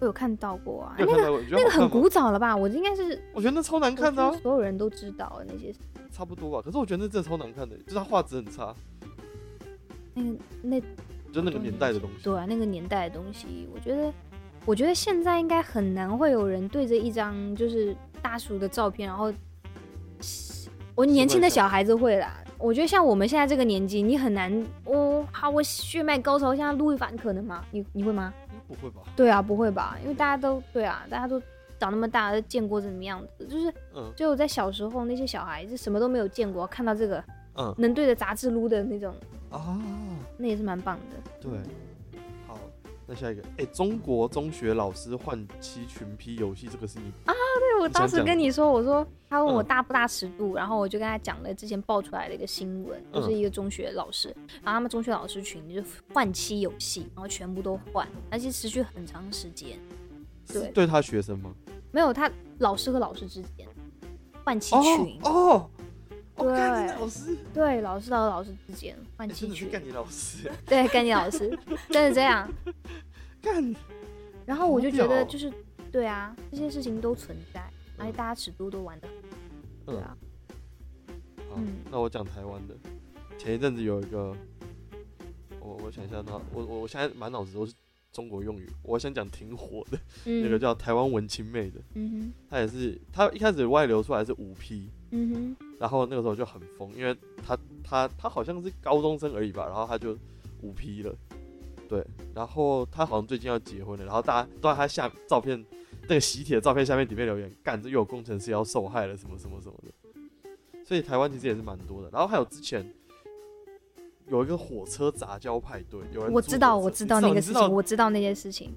Speaker 1: 我有看到过啊，
Speaker 2: 有
Speaker 1: 那
Speaker 2: 看
Speaker 1: 个
Speaker 2: 到我觉得
Speaker 1: 那个
Speaker 2: 好看
Speaker 1: 很
Speaker 2: 吗
Speaker 1: 古早了吧？我应该是
Speaker 2: 我觉得那超难
Speaker 1: 我
Speaker 2: 看的、
Speaker 1: 觉
Speaker 2: 啊
Speaker 1: 得，所有人都知道的那些
Speaker 2: 差不多吧。可是我觉得那真的超难看的，就是他画质很差，
Speaker 1: 那个那
Speaker 2: 就那个年代的东西。
Speaker 1: 对啊那个年代的东西，我觉得我觉得现在应该很难会有人对着一张就是大叔的照片，然后我年轻的小孩子会啦。我觉得像我们现在这个年纪，你很难哦。好，我血脉高潮，现在陆一凡可能吗？你你会吗？
Speaker 2: 应该不会吧？
Speaker 1: 对啊，不会吧？因为大家都对啊，大家都长那么大都见过怎么样子，就是
Speaker 2: 嗯
Speaker 1: 只有在小时候那些小孩子什么都没有见过，看到这个
Speaker 2: 嗯
Speaker 1: 能对着杂志撸的那种，
Speaker 2: 啊，
Speaker 1: 那也是蛮棒的。
Speaker 2: 对。好，那下一个，哎、中国中学老师换妻群批游戏，这个是你
Speaker 1: 对，我
Speaker 2: 你
Speaker 1: 当
Speaker 2: 想
Speaker 1: 时
Speaker 2: 讲
Speaker 1: 跟你说，我说他问我
Speaker 2: 嗯
Speaker 1: 大不大尺度，然后我就跟他讲了之前爆出来的一个新闻，就是
Speaker 2: 嗯
Speaker 1: 一个中学老师，然后他们中学老师群就换妻游戏，然后全部都换，而且持续很长时间，对
Speaker 2: 是对他学生吗？
Speaker 1: 没有他老师和老师之间换妻
Speaker 2: 哦
Speaker 1: 群，
Speaker 2: 哦，哦，
Speaker 1: 对
Speaker 2: 干你老师，
Speaker 1: 对，老师和老师之间换
Speaker 2: 哎
Speaker 1: 妻
Speaker 2: 真的是
Speaker 1: 群，
Speaker 2: 干你老师，
Speaker 1: 对，干你老师 真的这样，
Speaker 2: 干。
Speaker 1: 然后我
Speaker 2: 好
Speaker 1: 就觉
Speaker 2: 屌
Speaker 1: 得
Speaker 2: 哦
Speaker 1: 就是对啊，这些事情都存在，而且
Speaker 2: 嗯
Speaker 1: 大家尺度都玩的，对
Speaker 2: 嗯
Speaker 1: 啊，
Speaker 2: 好
Speaker 1: 嗯，
Speaker 2: 那我讲台湾的。前一阵子有一个，我我想一下，呢，我我我现在满脑子都是中国用语。我想讲挺火的，那个
Speaker 1: 嗯
Speaker 2: 叫台湾文青妹的，
Speaker 1: 嗯
Speaker 2: 她也是，她一开始外流出来是五 P，
Speaker 1: 哼嗯
Speaker 2: 然后那个时候就很疯，因为她她她好像是高中生而已吧，然后她就五 P 了，对，然后她好像最近要结婚了，然后大家都在她下照片那个喜帖的照片下面底面留言，干这又有工程师要受害了什么什么什么的，所以台湾其实也是蛮多的，然后还有之前。有一个火车杂交派对，有
Speaker 1: 哼，
Speaker 2: 人
Speaker 1: 我
Speaker 2: 租
Speaker 1: 知道
Speaker 2: 火车
Speaker 1: 我
Speaker 2: 你
Speaker 1: 知道那
Speaker 2: 你
Speaker 1: 个
Speaker 2: 知
Speaker 1: 事
Speaker 2: 道
Speaker 1: 情，我知道那件事情。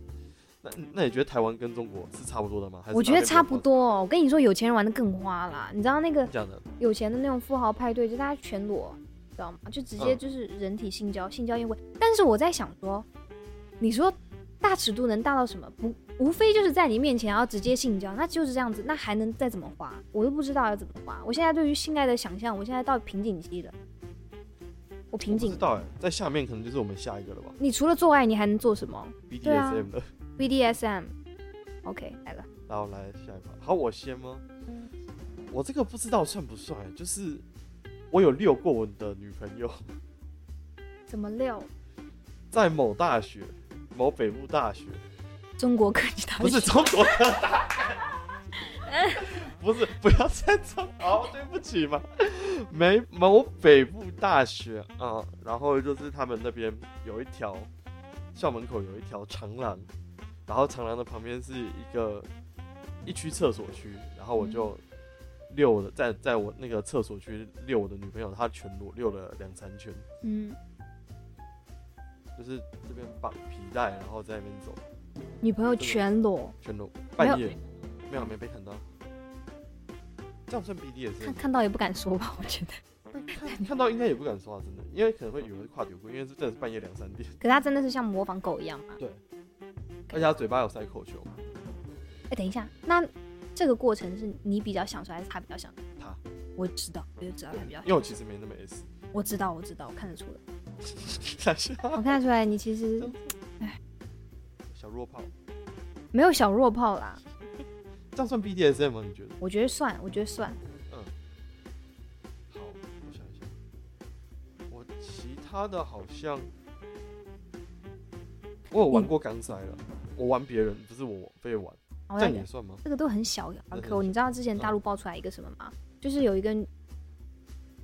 Speaker 2: 那那你觉得台湾跟中国是差不多的吗？还是
Speaker 1: 我觉得
Speaker 2: 哪边
Speaker 1: 差不
Speaker 2: 比较
Speaker 1: 多、哦。我跟你说，有钱人玩的更花啦。你知道那个
Speaker 2: 好。这样的，
Speaker 1: 有钱的那种富豪派对，就大家全裸，知道吗？就直接
Speaker 2: 嗯
Speaker 1: 就是人体性交，性交宴会。但是我在想说，你说大尺度能大到什么？不，无非就是在你面前然后直接性交，那就是这样子，那还能再怎么花？我都不知道要怎么花。我现在对于性爱的想象，我现在到瓶颈期了，我
Speaker 2: 我
Speaker 1: 瓶
Speaker 2: 不知
Speaker 1: 颈。
Speaker 2: 道哎、在下面可能就是我们下一个了吧
Speaker 1: 你除了做爱，你还能做什么对啊
Speaker 2: ，BDSM 的。
Speaker 1: ？BDSM。OK，来了。
Speaker 2: 然后来下一趴，好，我先吗？
Speaker 1: 嗯
Speaker 2: 我这个不知道算不算，就是我有遛过我的女朋友，
Speaker 1: 怎么撩？
Speaker 2: 在某大学，某北部大学，
Speaker 1: 中国科技大学
Speaker 2: 不是中国的大 哦学，不是，不要再中，好，对不起嘛，没某北部大学啊、然后就是他们那边有一条校门口有一条长廊，然后长廊的旁边是一个一区厕所区，然后我就遛我的在在我那个厕所区遛我的女朋友，她全裸遛了两三圈，
Speaker 1: 嗯，
Speaker 2: 就是这边绑皮带，然后在那边走
Speaker 1: 女朋友全裸，
Speaker 2: 全裸，
Speaker 1: 没有
Speaker 2: 半夜没有没被看到，这样算 BDS
Speaker 1: 看看到也不敢说吧，我觉得。
Speaker 2: 看看到应该也不敢说啊，真的，因为可能会以为是跨丢过，因为是真的是半夜两三 点，
Speaker 1: 可他真的是像模仿狗一样嘛？
Speaker 2: 而且他嘴巴有塞口球，
Speaker 1: 哎，等一下，那这个过程是你比较享受还是他比较享受？
Speaker 2: 他，
Speaker 1: 我知道，我就知道他比较
Speaker 2: 因，为我其实没那么 S，
Speaker 1: 我知道，我知道，我看得出来，
Speaker 2: 看一下
Speaker 1: 我看得出来你其实
Speaker 2: 小弱炮，
Speaker 1: 没有小弱炮啦。
Speaker 2: 这样算 BDSM 吗？你觉得？
Speaker 1: 我觉得算，我觉得算。
Speaker 2: 好，我想一想，我其他的好像我有玩过钢塞了，我玩别人，不是我被玩，
Speaker 1: 好
Speaker 2: 这
Speaker 1: 像
Speaker 2: 样也算吗？
Speaker 1: 这个都很小儿
Speaker 2: 那很
Speaker 1: 科。你知道之前
Speaker 2: 嗯
Speaker 1: 大陆爆出来一个什么吗？就是有一个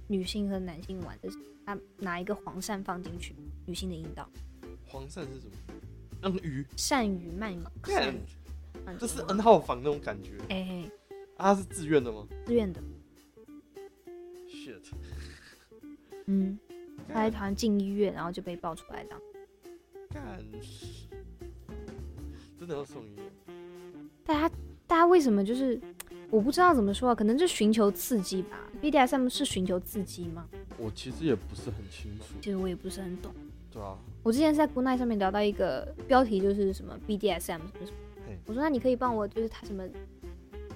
Speaker 1: 女性和男性玩的，他拿一个黄鳝放进去女性的阴道，
Speaker 2: 黄鳝是什么？嗯，鱼，
Speaker 1: 鳝鱼鳗鱼，
Speaker 2: 看，
Speaker 1: 鳗鱼
Speaker 2: 这啊是 N 号房那种感觉
Speaker 1: 哎、哎
Speaker 2: 啊，它是自愿的吗
Speaker 1: 自愿的，
Speaker 2: ？Shit，
Speaker 1: 嗯，他在台湾进医院，然后就被爆出来这样。
Speaker 2: 干，真的要送医院。
Speaker 1: 大家大家为什么就是我不知道怎么说啊，可能就寻求刺激吧。BDSM 是寻求刺激吗？
Speaker 2: 我其实也不是很清楚，
Speaker 1: 其实我也不是很懂。
Speaker 2: 对啊，
Speaker 1: 我之前在 Good Night 上面聊到一个标题，就是什么 BDSM 什么什么
Speaker 2: 嘿。
Speaker 1: 我说那你可以帮我，就是他什么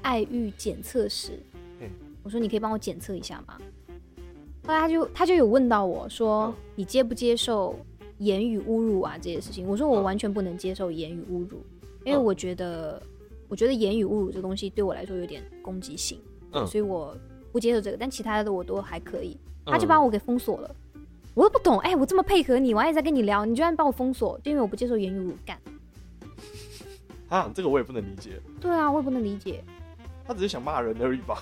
Speaker 1: 爱欲检测师
Speaker 2: 嘿。
Speaker 1: 我说你可以帮我检测一下吗？后来他就他就有问到我说
Speaker 2: 嗯
Speaker 1: 你接不接受言语侮辱啊这些事情？我说我
Speaker 2: 嗯
Speaker 1: 完全不能接受言语侮辱，因为
Speaker 2: 嗯
Speaker 1: 我觉得我觉得言语侮辱这东西对我来说有点攻击性，
Speaker 2: 嗯
Speaker 1: 所以我不接受这个。但其他的我都还可以。他
Speaker 2: 嗯
Speaker 1: 就把我给封锁了。我都不懂，哎、我这么配合你，我还一直在跟你聊，你居然把我封锁，就因为我不接受言语辱干。
Speaker 2: 啊，这个我也不能理解，
Speaker 1: 对啊，我也不能理解。
Speaker 2: 他只是想骂人而已 吧？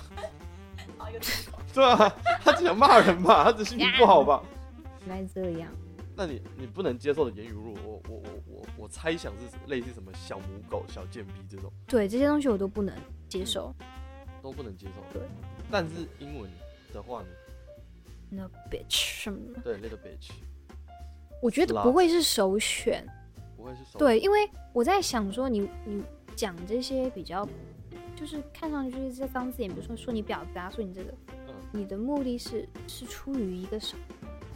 Speaker 3: 好有点
Speaker 2: 对啊，他只想骂人 吧，他只是心情不好吧？
Speaker 1: 原来是这样，
Speaker 2: 那你你不能接受的言语辱，我我我我我猜想是类似什么小母狗、小贱逼这种
Speaker 1: 对这些东西我都不能接受。
Speaker 2: 都不能接受。
Speaker 1: 对，
Speaker 2: 但是英文的话呢？
Speaker 1: 那 bitch 什么的，
Speaker 2: 对，那个 bitch
Speaker 1: 我觉得
Speaker 2: Slut
Speaker 1: 不会是首选。
Speaker 2: 不会是手
Speaker 1: 对，因为我在想说你，你讲这些比较，就是看上去就是在当字眼，比如说说你婊子啊，说你这个，
Speaker 2: 嗯
Speaker 1: 你的目的是是出于一个什么？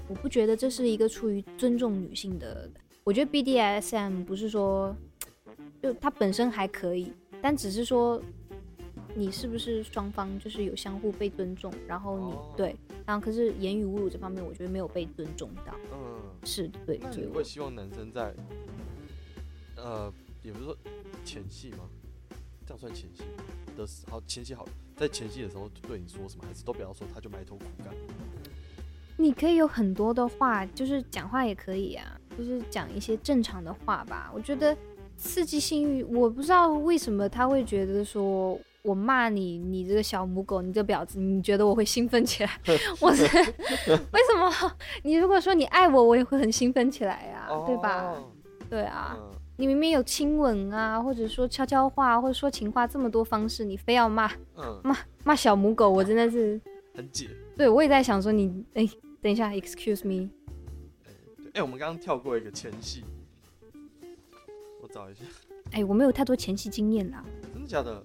Speaker 1: 我不觉得这是一个出于尊重女性的。我觉得 BDSM 不是说，就它本身还可以，但只是说你是不是双方就是有相互被尊重，然后你、
Speaker 2: 哦
Speaker 1: 对，然后可是言语侮辱这方面，我觉得没有被尊重到，
Speaker 2: 嗯，
Speaker 1: 是对，
Speaker 2: 那
Speaker 1: 所
Speaker 2: 你
Speaker 1: 以我
Speaker 2: 会希望男生在呃，也不是说前戏吗？这样算前戏吗的时好前戏好了，在前戏的时候对你说什么，还是都不要说，他就埋头苦干。
Speaker 1: 你可以有很多的话，就是讲话也可以啊，就是讲一些正常的话吧。我觉得刺激性欲，我不知道为什么他会觉得说我骂你，你这个小母狗，你这婊子，你觉得我会兴奋起来？ 我是为什么？ 你如果说你爱我，我也会很兴奋起来呀、啊，对吧？
Speaker 2: 哦？
Speaker 1: 对啊，
Speaker 2: 嗯，
Speaker 1: 你明明有亲吻啊，或者说悄悄话，或者说情话这么多方式，你非要骂
Speaker 2: 嗯，
Speaker 1: 骂小母狗，我真的是，
Speaker 2: 很解。
Speaker 1: 对我也在想说你，哎，等一下，excuse me。
Speaker 2: 对哎、我们刚刚跳过一个前戏，我找一下，
Speaker 1: 哎，我没有太多前期经验啦。
Speaker 2: 真的假的？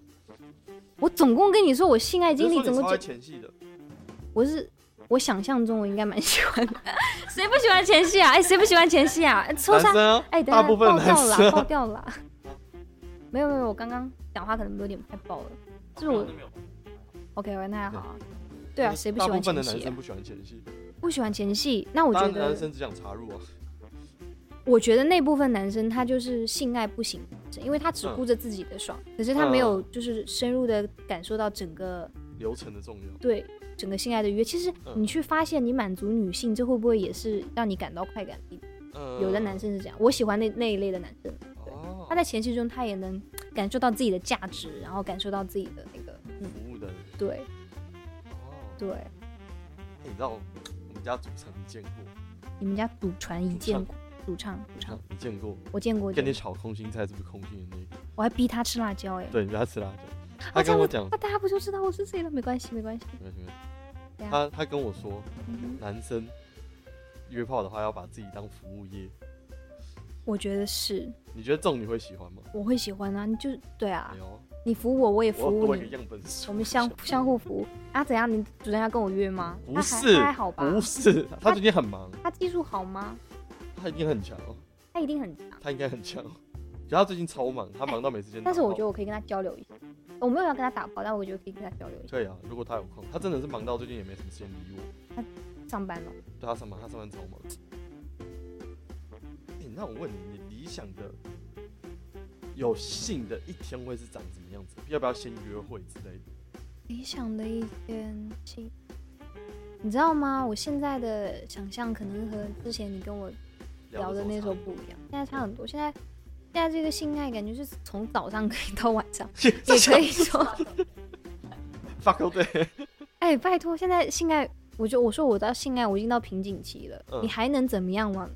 Speaker 1: 我总共跟你说我性爱哎
Speaker 2: 你
Speaker 1: 经历
Speaker 2: 是
Speaker 1: 总共
Speaker 2: 说你超
Speaker 1: 就
Speaker 2: 爱前戏的，
Speaker 1: 我是我想象中我应该蛮喜欢的，谁不喜欢前戏啊？哎，谁不喜欢前戏啊？哎抽
Speaker 2: 男
Speaker 1: 杀
Speaker 2: 生啊，
Speaker 1: 哎，等一
Speaker 2: 大
Speaker 1: 下
Speaker 2: 部分
Speaker 1: 爆
Speaker 2: 男
Speaker 1: 掉
Speaker 2: 生
Speaker 1: 了，爆
Speaker 2: 啊
Speaker 1: 掉了。没有没有，我刚刚讲话可能有点太爆了，就是我 OK OK 那还好啊。对啊，谁不喜
Speaker 2: 大
Speaker 1: 欢
Speaker 2: 部分的
Speaker 1: 前
Speaker 2: 男
Speaker 1: 戏、
Speaker 2: 生
Speaker 1: 啊？
Speaker 2: 不喜欢前戏，
Speaker 1: 不喜欢前戏，那我觉
Speaker 2: 当然男
Speaker 1: 得，
Speaker 2: 生只想插入啊。
Speaker 1: 我觉得那部分男生他就是性爱不行，因为他只
Speaker 2: 嗯
Speaker 1: 顾着自己的爽，可是他没
Speaker 2: 嗯
Speaker 1: 有就是深入的感受到整个
Speaker 2: 流程的重要，
Speaker 1: 对整个性爱的愉悦。其实
Speaker 2: 嗯
Speaker 1: 你去发现你满足女性，这会不会也是让你感到快感的一种？
Speaker 2: 嗯，
Speaker 1: 有的男生是这样，我喜欢那那一类的男生，
Speaker 2: 哦
Speaker 1: 他在前戏中他也能感受到自己的价值，然后感受到自己的那个，嗯，
Speaker 2: 服务的人
Speaker 1: 对
Speaker 2: 哦，
Speaker 1: 对，
Speaker 2: 哎你知道我们家主唱你见过？
Speaker 1: 你们家祖传一
Speaker 2: 主
Speaker 1: 见
Speaker 2: 唱
Speaker 1: 过，主唱主唱，
Speaker 2: 你见过？
Speaker 1: 我见过，我
Speaker 2: 跟
Speaker 1: 见
Speaker 2: 你
Speaker 1: 过
Speaker 2: 炒空心菜是不是空心的那个？
Speaker 1: 我还逼他吃辣椒哎。
Speaker 2: 对，你不要吃辣椒。
Speaker 1: 啊，
Speaker 2: 他
Speaker 1: 这
Speaker 2: 跟
Speaker 1: 样
Speaker 2: 我
Speaker 1: 子
Speaker 2: 讲，
Speaker 1: 那大家不就知道我是谁了？没关系，没关系。
Speaker 2: 没有没有
Speaker 1: 对啊
Speaker 2: 他他跟我说，
Speaker 1: 嗯哼
Speaker 2: 男生约炮的话要把自己当服务业。
Speaker 1: 我觉得是，
Speaker 2: 你觉得这种你会喜欢吗？
Speaker 1: 我会喜欢啊。你就对啊
Speaker 2: 没，有，
Speaker 1: 你服我，我也服
Speaker 2: 我要
Speaker 1: 务
Speaker 2: 多一个
Speaker 1: 你，
Speaker 2: 样本数。
Speaker 1: 我们相相互服务啊。怎样？你主任要跟我约吗？
Speaker 2: 不
Speaker 1: 他还
Speaker 2: 是
Speaker 1: 他还好吧？
Speaker 2: 不是，他最近很忙，
Speaker 1: 他技术好吗？
Speaker 2: 他一定很强哦，
Speaker 1: 他一定很强。
Speaker 2: 他应该很强。可他最近超忙，他忙到没时间打炮。
Speaker 1: 哎但是我觉得我可以跟他交流一下，我没有要跟他打炮，但我觉得可以跟他交流一下。
Speaker 2: 可以啊，如果他有空，他真的是忙到最近也没什么时间理我。
Speaker 1: 上班了，
Speaker 2: 对他上班，他上班超忙。哎、那我问你，你理想的有性的一天会是长什么样子？要不要先约会之类的？
Speaker 1: 理想的一天是，你知道吗？我现在的想象可能和之前你跟我聊的
Speaker 2: 得
Speaker 1: 那时候
Speaker 2: 差
Speaker 1: 不一样，现在差很多。现在现在这个性爱感觉是从早上可以到晚 上，
Speaker 2: 不 多，
Speaker 1: 也可以说，
Speaker 2: fuck 对，
Speaker 1: 哎，拜托，现在性爱，我就我说我到性爱我已经到瓶颈期了，
Speaker 2: 嗯
Speaker 1: 你还能怎么样往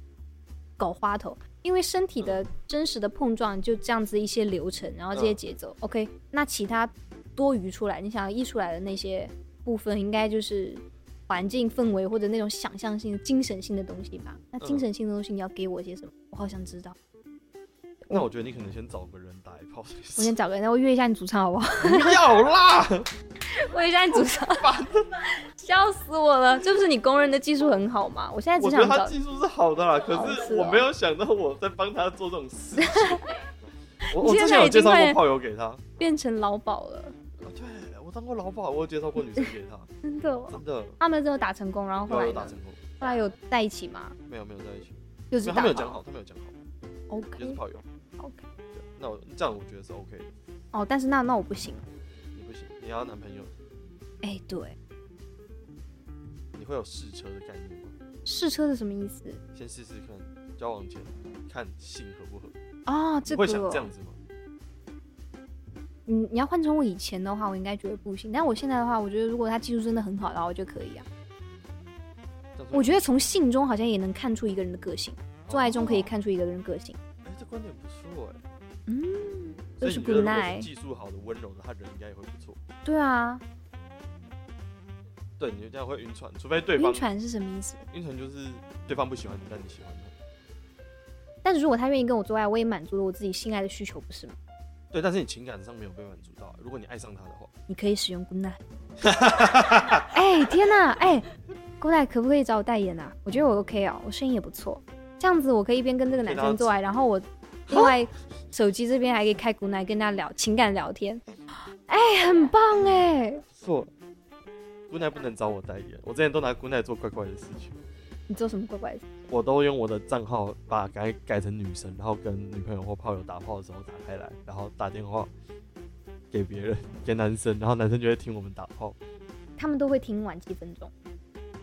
Speaker 1: 搞花头？因为身体的真实的碰撞就这样子一些流程，然后这些
Speaker 2: 嗯
Speaker 1: 节奏、o k 那其他多余出来，你想要溢出来的那些部分，应该就是环境氛围或者那种想象性、精神性的东西吧？那精
Speaker 2: 嗯
Speaker 1: 神性的东西你要给我些什么？我好想知 道。
Speaker 2: 那我觉得你可能先找个人打一炮。
Speaker 1: 我先找个人，那我约一下你主唱好不 好？
Speaker 2: 不要 啦，
Speaker 1: 我约一下你主唱， 笑死我了！这不是你公认的技术很好吗？我现在
Speaker 2: 我
Speaker 1: 只
Speaker 2: 觉得
Speaker 1: 想
Speaker 2: 他
Speaker 1: 找
Speaker 2: 技术是好的
Speaker 1: 好
Speaker 2: 啦，可是
Speaker 1: 是
Speaker 2: 我
Speaker 1: 哦
Speaker 2: 没有想到我在帮他做这种事 情。我
Speaker 1: 你
Speaker 2: 我之
Speaker 1: 现
Speaker 2: 前
Speaker 1: 在
Speaker 2: 有
Speaker 1: 已经
Speaker 2: 介绍
Speaker 1: 快
Speaker 2: 过炮友给他，啊
Speaker 1: 变成老鸨了，
Speaker 2: 对我当过老鸨，我有介绍过女生 给他，
Speaker 1: 真的哦、
Speaker 2: 真的。
Speaker 1: 他们真的打成功，然后后
Speaker 2: 有
Speaker 1: 来
Speaker 2: 有打
Speaker 1: 呢？
Speaker 2: 成功，
Speaker 1: 后来有在一起吗？
Speaker 2: 没有没有在一起，
Speaker 1: 就
Speaker 2: 没
Speaker 1: 是打吗嗯
Speaker 2: 有他没有讲好，他没有讲好，就是
Speaker 1: OK
Speaker 2: 炮友。
Speaker 1: OK。
Speaker 2: 对，那我这样我觉得是 OK 的，
Speaker 1: 哦，但是那那我不行。
Speaker 2: 你不行，你要男朋友，
Speaker 1: 哎，对，
Speaker 2: 你会有试车的概念吗？
Speaker 1: 试车是什么意思？
Speaker 2: 先试试看，交往前看性合不合，
Speaker 1: 哦，这
Speaker 2: 你
Speaker 1: 个
Speaker 2: 会想这
Speaker 1: 哦
Speaker 2: 样子吗？
Speaker 1: 你你要换成我以前的话，我应该觉得不行。但我现在的话，我觉得如果他技术真的很好的话，我就可以
Speaker 2: 嗯
Speaker 1: 啊。
Speaker 2: 这样说
Speaker 1: 我觉得从性中好像也能看出一个人的个性，做爱中可以，看出一个人的个性。
Speaker 2: 哦哎，这观点不错哎，
Speaker 1: 嗯，就
Speaker 2: 所以
Speaker 1: 是
Speaker 2: 你觉
Speaker 1: good
Speaker 2: 得如果是
Speaker 1: night。
Speaker 2: 技术好的、温柔的，他人应该也会不错。
Speaker 1: 对啊，
Speaker 2: 对，你就这样会晕船，除非对方
Speaker 1: 晕船是什么意思？
Speaker 2: 晕船就是对方不喜欢你，但你喜欢他。
Speaker 1: 但是如果他愿意跟我做爱，我也满足了我自己性爱的需求，不是吗？
Speaker 2: 对，但是你情感上没有被满足到，啊如果你爱上他的话，
Speaker 1: 你可以使用 Good Night。哎、天哪，哎、g o o d Night 可不可以找我代言啊？我觉得我 OK 哦，我声音也不错，这样子我可以一边跟这个男生做爱，然后我另外手机这边还可以开 Good Night 跟他聊情感聊天，哎、很棒哎、
Speaker 2: 错。姑奶不能找我代言，我之前都拿姑奶做怪怪的事情。
Speaker 1: 你做什么怪怪的事？
Speaker 2: 我都用我的账号把改改成女生，然后跟女朋友或炮友打炮的时候打开来，然后打电话给别人，给男生，然后男生就会听我们打炮，
Speaker 1: 他们都会听完几分钟，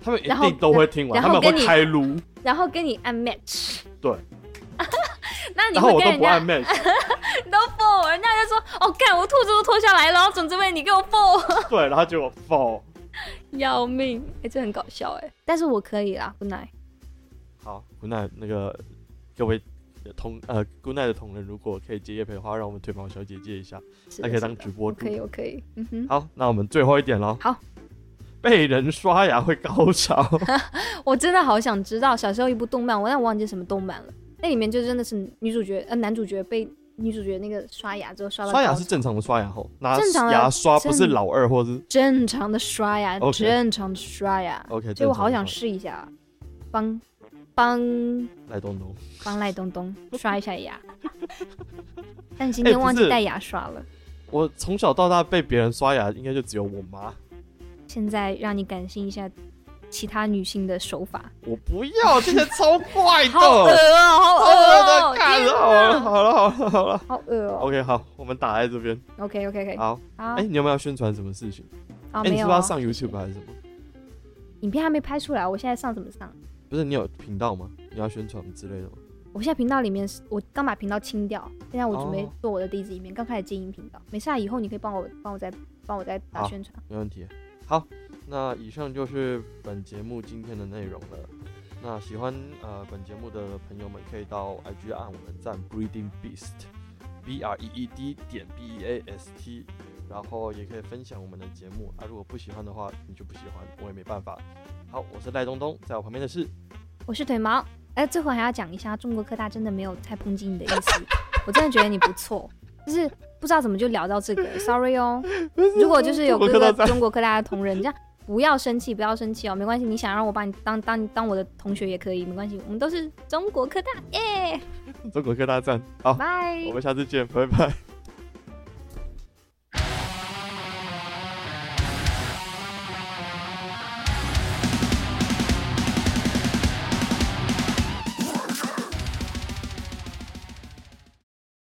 Speaker 2: 他们一
Speaker 1: 然后
Speaker 2: 定都会听完，
Speaker 1: 然
Speaker 2: 他
Speaker 1: 后
Speaker 2: 们
Speaker 1: 跟
Speaker 2: 会
Speaker 1: 你
Speaker 2: 开撸，
Speaker 1: 然后跟你按 match。
Speaker 2: 对。
Speaker 1: 那你
Speaker 2: 然后
Speaker 1: 会
Speaker 2: 我
Speaker 1: 跟
Speaker 2: 都
Speaker 1: 人
Speaker 2: 不按
Speaker 1: 家
Speaker 2: match，
Speaker 1: 你都 f 人家就说哦，干我兔子都脱下来了，然后总之被你给我 f
Speaker 2: 对，然后结果 f
Speaker 1: 要命！哎、这很搞笑哎、但是我可以啦，Good Night。
Speaker 2: 好，无奈那个各位。同呃，姑奈的同仁，如果可以接叶培的话，让我们推毛小姐姐一下，
Speaker 1: 是
Speaker 2: 她
Speaker 1: 的
Speaker 2: 可以
Speaker 1: 是
Speaker 2: 当
Speaker 1: 的
Speaker 2: 直播
Speaker 1: 我
Speaker 2: 主
Speaker 1: 可。以，我可以，嗯哼，
Speaker 2: 好，那我们最后一点喽。
Speaker 1: 好，
Speaker 2: 被人刷牙会高潮。
Speaker 1: 我真的好想知道小时候一部动漫，我但我忘记什么动漫了。那里面就真的是女主角呃男主角被女主角那个刷牙之后刷到
Speaker 2: 刷牙
Speaker 1: 高
Speaker 2: 是正常的刷牙后，拿
Speaker 1: 正常的
Speaker 2: 牙刷不是
Speaker 1: 正
Speaker 2: 老二或是
Speaker 1: 正常的刷牙
Speaker 2: OK
Speaker 1: 正常的刷牙。
Speaker 2: OK。
Speaker 1: 所以我好
Speaker 2: 正常
Speaker 1: 想
Speaker 2: 的
Speaker 1: 试一下啊，帮帮
Speaker 2: 刷牙来东东，
Speaker 1: 帮赖东 东刷一下牙。但今
Speaker 2: 哎
Speaker 1: 天
Speaker 2: 不
Speaker 1: 忘记
Speaker 2: 是
Speaker 1: 带牙刷了，
Speaker 2: 我从小到大被别人刷牙，应该就只有我妈。
Speaker 1: 现在让你感性一下其他女性的手法。
Speaker 2: 我不要，这些超怪的，
Speaker 1: 好恶哦，好恶哦，
Speaker 2: 看
Speaker 1: 天
Speaker 2: 了，
Speaker 1: 哪
Speaker 2: 好了，好了，好了，好了。
Speaker 1: 好恶哦。
Speaker 2: OK，好，我们打在这边。
Speaker 1: OK OK OK，
Speaker 2: 好，
Speaker 1: 好
Speaker 2: 哎、，你有没有要宣传什么事情？哎、
Speaker 1: 啊
Speaker 2: 你
Speaker 1: 没
Speaker 2: 是
Speaker 1: 有
Speaker 2: 不是要
Speaker 1: 哦，
Speaker 2: 上 YouTube 还是什么？
Speaker 1: 影片还没拍出来，我现在上怎么上？
Speaker 2: 不是，你有频道吗？你要宣传之类的吗？
Speaker 1: 我现在频道里面是，我刚把频道清掉，现在我准备
Speaker 2: 哦
Speaker 1: 做我的第一支影片，刚开始经营频道，没事啊，以后你可以帮我帮我再帮我再打
Speaker 2: 好
Speaker 1: 宣传。
Speaker 2: 没问题。好，那以上就是本节目今天的内容了。那喜欢呃本节目的朋友们，可以到 IG 按我们赞 Breeding Beast B R E E D 点 B E A S T，然后也可以分享我们的节目啊。如果不喜欢的话，你就不喜欢，我也没办法。好，我是赖东东，在我旁边的是，
Speaker 1: 我是腿毛。哎，最后还要讲一下，中国科大真的没有太抨击你的意思，我真的觉得你不错，就是不知道怎么就聊到这个，sorry 哦。如果就是有
Speaker 2: 中
Speaker 1: 各
Speaker 2: 国科
Speaker 1: 个
Speaker 2: 大
Speaker 1: 中国科大的同仁，这样不要生气，不要生气哦，没关系，你想让我把你当当当我的同学也可以，没关系，我们都是中国科大，耶，
Speaker 2: 中国科大赞。好，
Speaker 1: 拜。
Speaker 2: 我们下次见，拜拜。